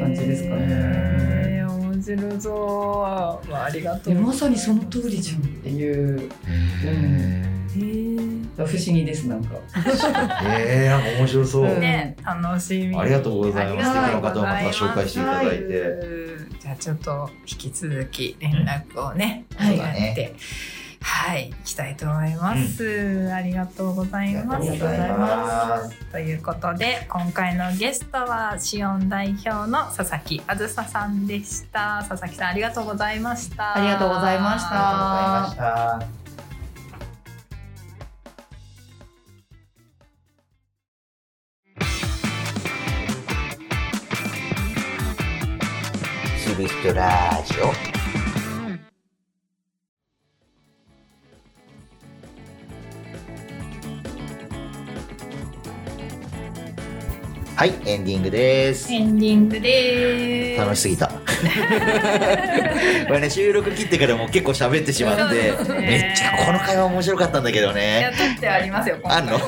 [SPEAKER 4] 感じですかね。
[SPEAKER 2] へー面白そう。まあ、ありがとう。
[SPEAKER 4] まさにその通りじゃんっていう
[SPEAKER 2] へー
[SPEAKER 4] 不思議ですなんか。
[SPEAKER 1] えー、なんか面白そう、
[SPEAKER 4] うん
[SPEAKER 2] ね、楽しみ。
[SPEAKER 1] ありがとうございます
[SPEAKER 2] あり
[SPEAKER 1] 素敵な
[SPEAKER 2] がと
[SPEAKER 1] 方
[SPEAKER 2] うご
[SPEAKER 1] をま
[SPEAKER 2] ざ
[SPEAKER 1] た
[SPEAKER 2] います
[SPEAKER 1] 紹介していただいて、
[SPEAKER 2] じゃあちょっと引き続き連絡をね、
[SPEAKER 4] うんはい
[SPEAKER 2] やって、はい、いきたいと思います、ありがとうござい
[SPEAKER 1] あ
[SPEAKER 2] ま
[SPEAKER 1] りが
[SPEAKER 2] す。
[SPEAKER 1] とうございます
[SPEAKER 2] ということで、今回のゲストはシオン代表の佐々木あずささんでした。佐々木さん、ありがとうございました。
[SPEAKER 4] ありがとうございまし
[SPEAKER 1] ありがとうございま。
[SPEAKER 4] た
[SPEAKER 1] したキビストラジオはいエンディングです
[SPEAKER 11] エンディングでーす。
[SPEAKER 1] 楽しすぎたこれね収録切ってからもう結構喋ってしまって、
[SPEAKER 11] そうですね
[SPEAKER 1] めっちゃこの会話面白かったんだけど
[SPEAKER 11] いや
[SPEAKER 1] ね
[SPEAKER 11] 取ってありますよ。今回
[SPEAKER 1] あんので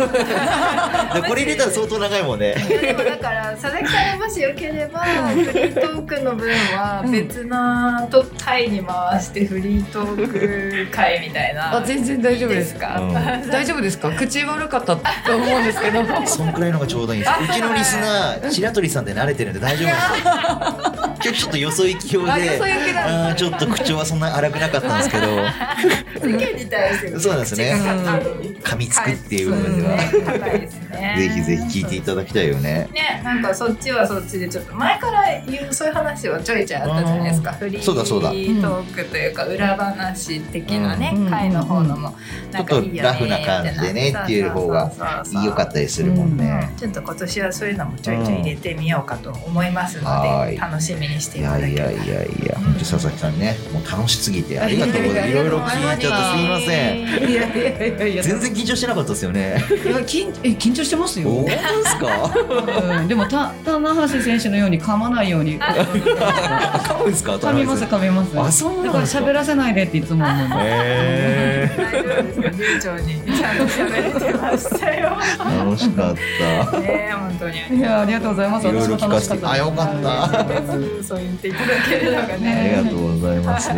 [SPEAKER 1] これ入れたら相当長いもんね
[SPEAKER 11] いやでもだから佐々木さんがもしよければフリートークの分は別なとタイに回してフリートーク会みたいな。
[SPEAKER 4] あ全然大丈夫です
[SPEAKER 11] いいか。
[SPEAKER 12] うん
[SPEAKER 4] 大丈夫ですか口悪かったと思うんですけど
[SPEAKER 1] そんくらいのがちょうどいいんです。うちのリスナー、白鳥さんで慣れてるんで大丈夫なんですよ。今日ちょっとよそ行き表
[SPEAKER 4] あ
[SPEAKER 1] で、
[SPEAKER 4] そういう気だ
[SPEAKER 1] あーちょっと口調はそんな荒くなかったんですけど、
[SPEAKER 11] 世間に対して
[SPEAKER 1] そうなんですね
[SPEAKER 11] ね
[SPEAKER 1] 噛みつくっていう部分では、ぜひぜひ聞いていただきたいよね。
[SPEAKER 11] ね、なんかそっちはそっちでちょっと前から言うそういう話はちょいちょいあったじゃないですかフリー
[SPEAKER 1] そ
[SPEAKER 11] ト
[SPEAKER 1] うだそうだ
[SPEAKER 11] ークというか裏話的なね、
[SPEAKER 4] うん
[SPEAKER 11] 回の方のもなんかいいよね
[SPEAKER 1] ちょっとラフな感じでねっていう方が良かったたりするもんね。
[SPEAKER 11] ちょっと今年はそういうのもちょいちょい入れてみようかと思います
[SPEAKER 1] うん
[SPEAKER 11] の
[SPEAKER 1] は
[SPEAKER 11] で
[SPEAKER 1] い
[SPEAKER 11] 楽しみにして
[SPEAKER 1] い
[SPEAKER 11] いた
[SPEAKER 1] や
[SPEAKER 11] だけ
[SPEAKER 1] い
[SPEAKER 11] れば
[SPEAKER 1] やいやいや、本当佐々木さんね、もう楽しすぎ てありがとうございます。いろいろ聞いちゃってすみ ません。
[SPEAKER 4] いやいやいやいや
[SPEAKER 1] 全然緊張してなかったですよね。
[SPEAKER 4] いや緊え緊張してますよ
[SPEAKER 1] 本当です か？
[SPEAKER 4] うんでもた棚橋選手のように噛まないよ うに
[SPEAKER 1] 噛むんですか？
[SPEAKER 4] 噛みます噛みます
[SPEAKER 1] あ、そうな
[SPEAKER 4] だか
[SPEAKER 1] ん
[SPEAKER 4] ら
[SPEAKER 1] ですか
[SPEAKER 4] 喋。らせないでっていつも思うの
[SPEAKER 1] へー
[SPEAKER 11] 大丈夫ですよ流暢にちゃんと喋れてましたよ。
[SPEAKER 1] 楽しか った。
[SPEAKER 11] ね本当にあり
[SPEAKER 4] い
[SPEAKER 11] が
[SPEAKER 4] やありがとうございます
[SPEAKER 1] いろいろ聞かせて
[SPEAKER 4] 私も楽し
[SPEAKER 1] あよかった
[SPEAKER 4] はい
[SPEAKER 11] とうございます。そう言っていただけるのが
[SPEAKER 1] あ
[SPEAKER 11] ね
[SPEAKER 1] り。がとうございます。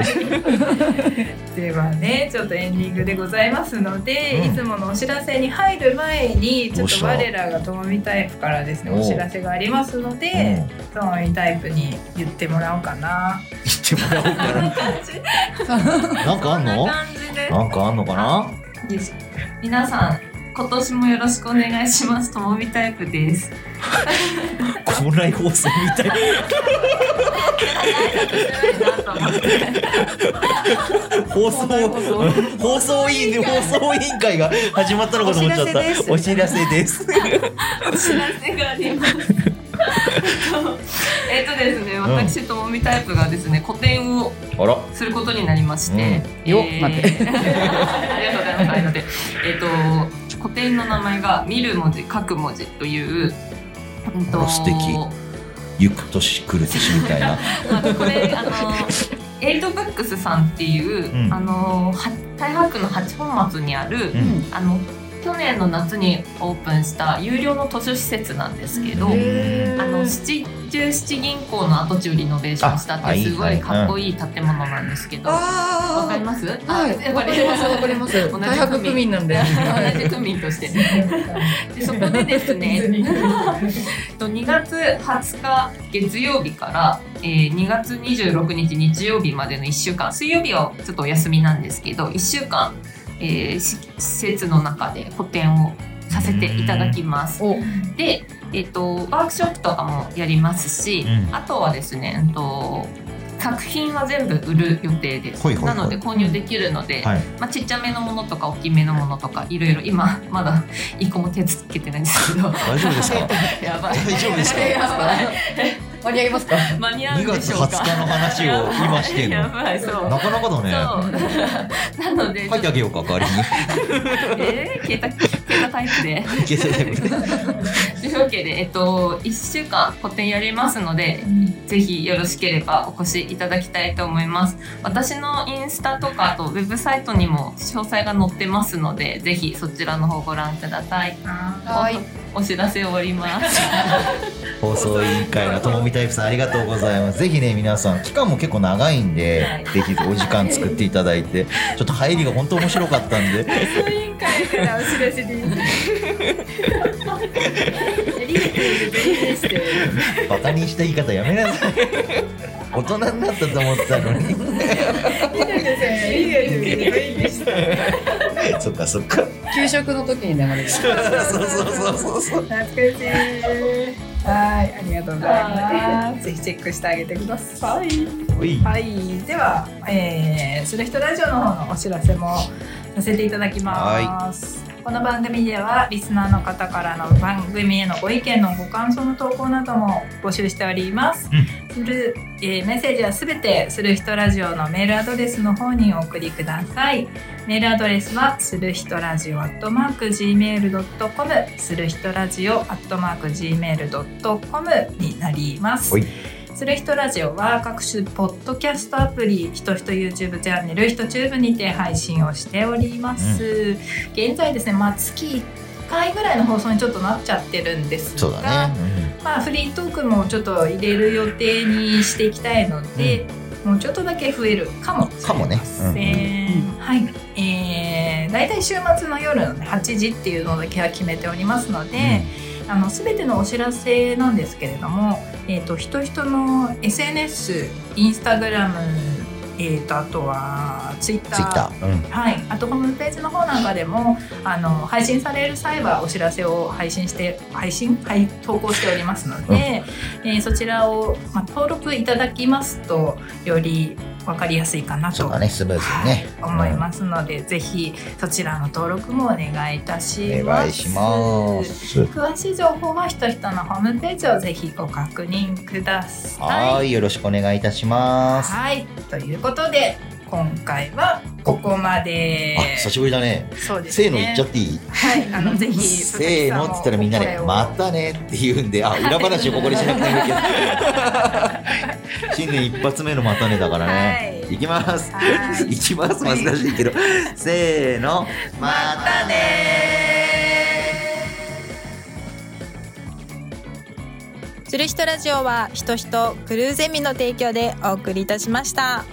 [SPEAKER 11] ではねちょっとエンディングでございますので、
[SPEAKER 1] うん
[SPEAKER 11] いつものお知らせに入る前にち
[SPEAKER 1] ど
[SPEAKER 11] ょ
[SPEAKER 1] う
[SPEAKER 11] っ
[SPEAKER 1] し
[SPEAKER 11] と
[SPEAKER 1] た
[SPEAKER 11] 我らがともみタイプからですね
[SPEAKER 1] おう
[SPEAKER 11] お知らせがありますので
[SPEAKER 1] 言
[SPEAKER 11] ともみタイプに言ってもらおうかな。
[SPEAKER 1] ってもらおうかな。なんか
[SPEAKER 11] こ
[SPEAKER 1] あん
[SPEAKER 11] ん
[SPEAKER 1] の？
[SPEAKER 11] な感じで
[SPEAKER 1] なんかあんのか な？
[SPEAKER 2] です皆さん今年もよろしくお願いしますともみタイ プです
[SPEAKER 12] 校内放送みたい放送放送委員放送委員会が始まったのかと思っちゃったお知らせです
[SPEAKER 2] お知らせがありますえっとですね
[SPEAKER 12] ん
[SPEAKER 2] 私ともみタイプがですね個展を
[SPEAKER 12] あら
[SPEAKER 2] することになりまして、
[SPEAKER 4] うんよ
[SPEAKER 2] えー
[SPEAKER 4] 待って
[SPEAKER 2] ありがとうございますありがとうございますえっ、と個展の名前が見る文字書く文字という、うん
[SPEAKER 1] あら素敵ゆく年来る年みたいな。
[SPEAKER 2] あのこ れあのエイトブックスさんっていう、
[SPEAKER 12] うん
[SPEAKER 2] あのは台北区の八本松にある、
[SPEAKER 12] ん
[SPEAKER 2] あの去年の夏にオープンした有料の図書施設なんですけど、
[SPEAKER 12] へ
[SPEAKER 2] あの七十七銀行の跡地をリノベーションしたっ
[SPEAKER 12] あは
[SPEAKER 2] て
[SPEAKER 12] い
[SPEAKER 2] すごいかっこいい建物なんですけど、わかり
[SPEAKER 4] あ
[SPEAKER 2] ます？
[SPEAKER 4] あはい
[SPEAKER 2] やっぱ
[SPEAKER 4] わかりますわ かります
[SPEAKER 2] 同じ
[SPEAKER 4] 大白区民なんで
[SPEAKER 2] 同じ区民として。でそこでですね、 えっと2月20日月曜日から、えー2月26日日曜日までの1週間、水曜日はちょっとお休みなんですけど、1週間、えーし施設の中で個展をさせていただきます。
[SPEAKER 4] お
[SPEAKER 2] で、えっと、ワークショップとかもやりますし、
[SPEAKER 12] うん
[SPEAKER 2] あとはですね、うんと作品は全部売る予定です。
[SPEAKER 1] ほいほいほい
[SPEAKER 2] なので購入できるので、
[SPEAKER 12] はい
[SPEAKER 2] まあ、ちっちゃめのものとか大きめのものとかいろいろ今まだ一個も手つけてないんで すけど
[SPEAKER 12] 大丈夫 ですか
[SPEAKER 2] やばい
[SPEAKER 1] 大丈夫ですか
[SPEAKER 2] やばい
[SPEAKER 4] 盛り上げますか
[SPEAKER 2] 間に合う
[SPEAKER 1] 2
[SPEAKER 2] んで
[SPEAKER 1] 月
[SPEAKER 2] し
[SPEAKER 1] 20
[SPEAKER 2] ょう
[SPEAKER 1] 日の
[SPEAKER 2] か
[SPEAKER 1] 話を今してんの。
[SPEAKER 2] や
[SPEAKER 1] な
[SPEAKER 2] ばいそう
[SPEAKER 12] なかなかだね
[SPEAKER 2] そう なので
[SPEAKER 1] 書いてあげようか代わり に。
[SPEAKER 2] えー、消えた消えたタイ プで
[SPEAKER 1] いけそうだよね
[SPEAKER 2] というわけで、えっと、1週間個展やりますので、ぜひよろしければお越しいただきたいと思います私のインスタとかあとウェブサイトにも詳細が載ってますのでぜひそちらの方ご覧ください
[SPEAKER 4] はい
[SPEAKER 2] おお知らせ終わ ります
[SPEAKER 1] 放送委員会のともみタイプさんありがとうございます。ぜひね皆さん期間も結構長いんで
[SPEAKER 2] はい、
[SPEAKER 1] ぜひお時間作っていただいて、ちょっと入りが本当面白かったんで。
[SPEAKER 11] 委員会からお知らせです。リーク全員して。
[SPEAKER 1] バカにした言い方やめなさい。大人になったと思ったのに。
[SPEAKER 11] リーク全員して。
[SPEAKER 1] そっかそっか。
[SPEAKER 4] 給食の時に流れる
[SPEAKER 1] そうそうそうそうそう。
[SPEAKER 11] 懐かしい。はい、ありがとうございます。ぜひチェックしてあげてください。
[SPEAKER 1] はい
[SPEAKER 2] はい、では、えー、する人ラジオの方のお知らせもさせていただきます。この番組ではリスナーの方からの番組へのご意見のご感想の投稿なども募集しております。する、えーメッセージはすべてする人ラジオのメールアドレスの方にお送りください。メールアドレスはするひとラジオアットマーク gmail.com するひとラジオアットマーク gmail.com になります。
[SPEAKER 1] はい
[SPEAKER 2] するひとラジオは各種ポッドキャストアプリひとひと YouTube チャンネルひとチューブにて配信をしております、現在ですね、まあ、月1回ぐらいの放送にちょっとなっちゃってるんですが
[SPEAKER 1] そうだね、
[SPEAKER 2] まあ、フリートークもちょっと入れる予定にしていきたいので、もうちょっとだけ増えるかもしれませ
[SPEAKER 1] かも
[SPEAKER 2] ん、
[SPEAKER 4] ねうん
[SPEAKER 2] はいえー、大体週末の夜のね8時っていうのだけは決めておりますので、あの全てのお知らせなんですけれども、えー、と人々の SNS インスタグラム、えー、とあとはツイッター
[SPEAKER 1] ツイッター、うん、
[SPEAKER 2] はい、あとホームページの方なんかでもあの配信される際はお知らせを配信して配信、はい、投稿しておりますので、えーそちらを、まあ、登録いただきますとより分かりやすいかな
[SPEAKER 1] そ
[SPEAKER 2] と
[SPEAKER 1] うだねスムーズにね、
[SPEAKER 2] 思いますので、ぜひそちらの登録もお願いいたします。
[SPEAKER 1] お願いします
[SPEAKER 2] 詳しい情報はひとひとのホームページをぜひご確認ください。
[SPEAKER 1] はいよろしくお願いいたします
[SPEAKER 2] はい、ということで今回はここまで
[SPEAKER 1] あ。久しぶりだね
[SPEAKER 2] そうです
[SPEAKER 1] せー
[SPEAKER 2] ね。
[SPEAKER 1] の言っちゃっていい
[SPEAKER 2] はい、あのぜひ
[SPEAKER 1] せーのっつったらみんなで、
[SPEAKER 2] ね
[SPEAKER 1] またねって言うんで、あ、裏話をここでしなくていいん だけど。新年一発目のまたねだからね。
[SPEAKER 2] はい
[SPEAKER 1] い、きます。
[SPEAKER 2] は い
[SPEAKER 1] いきます。恥ずかしいけど。せーの。またね
[SPEAKER 13] つるひとラジオはひとひとクルーゼミの提供でお送りいたしました。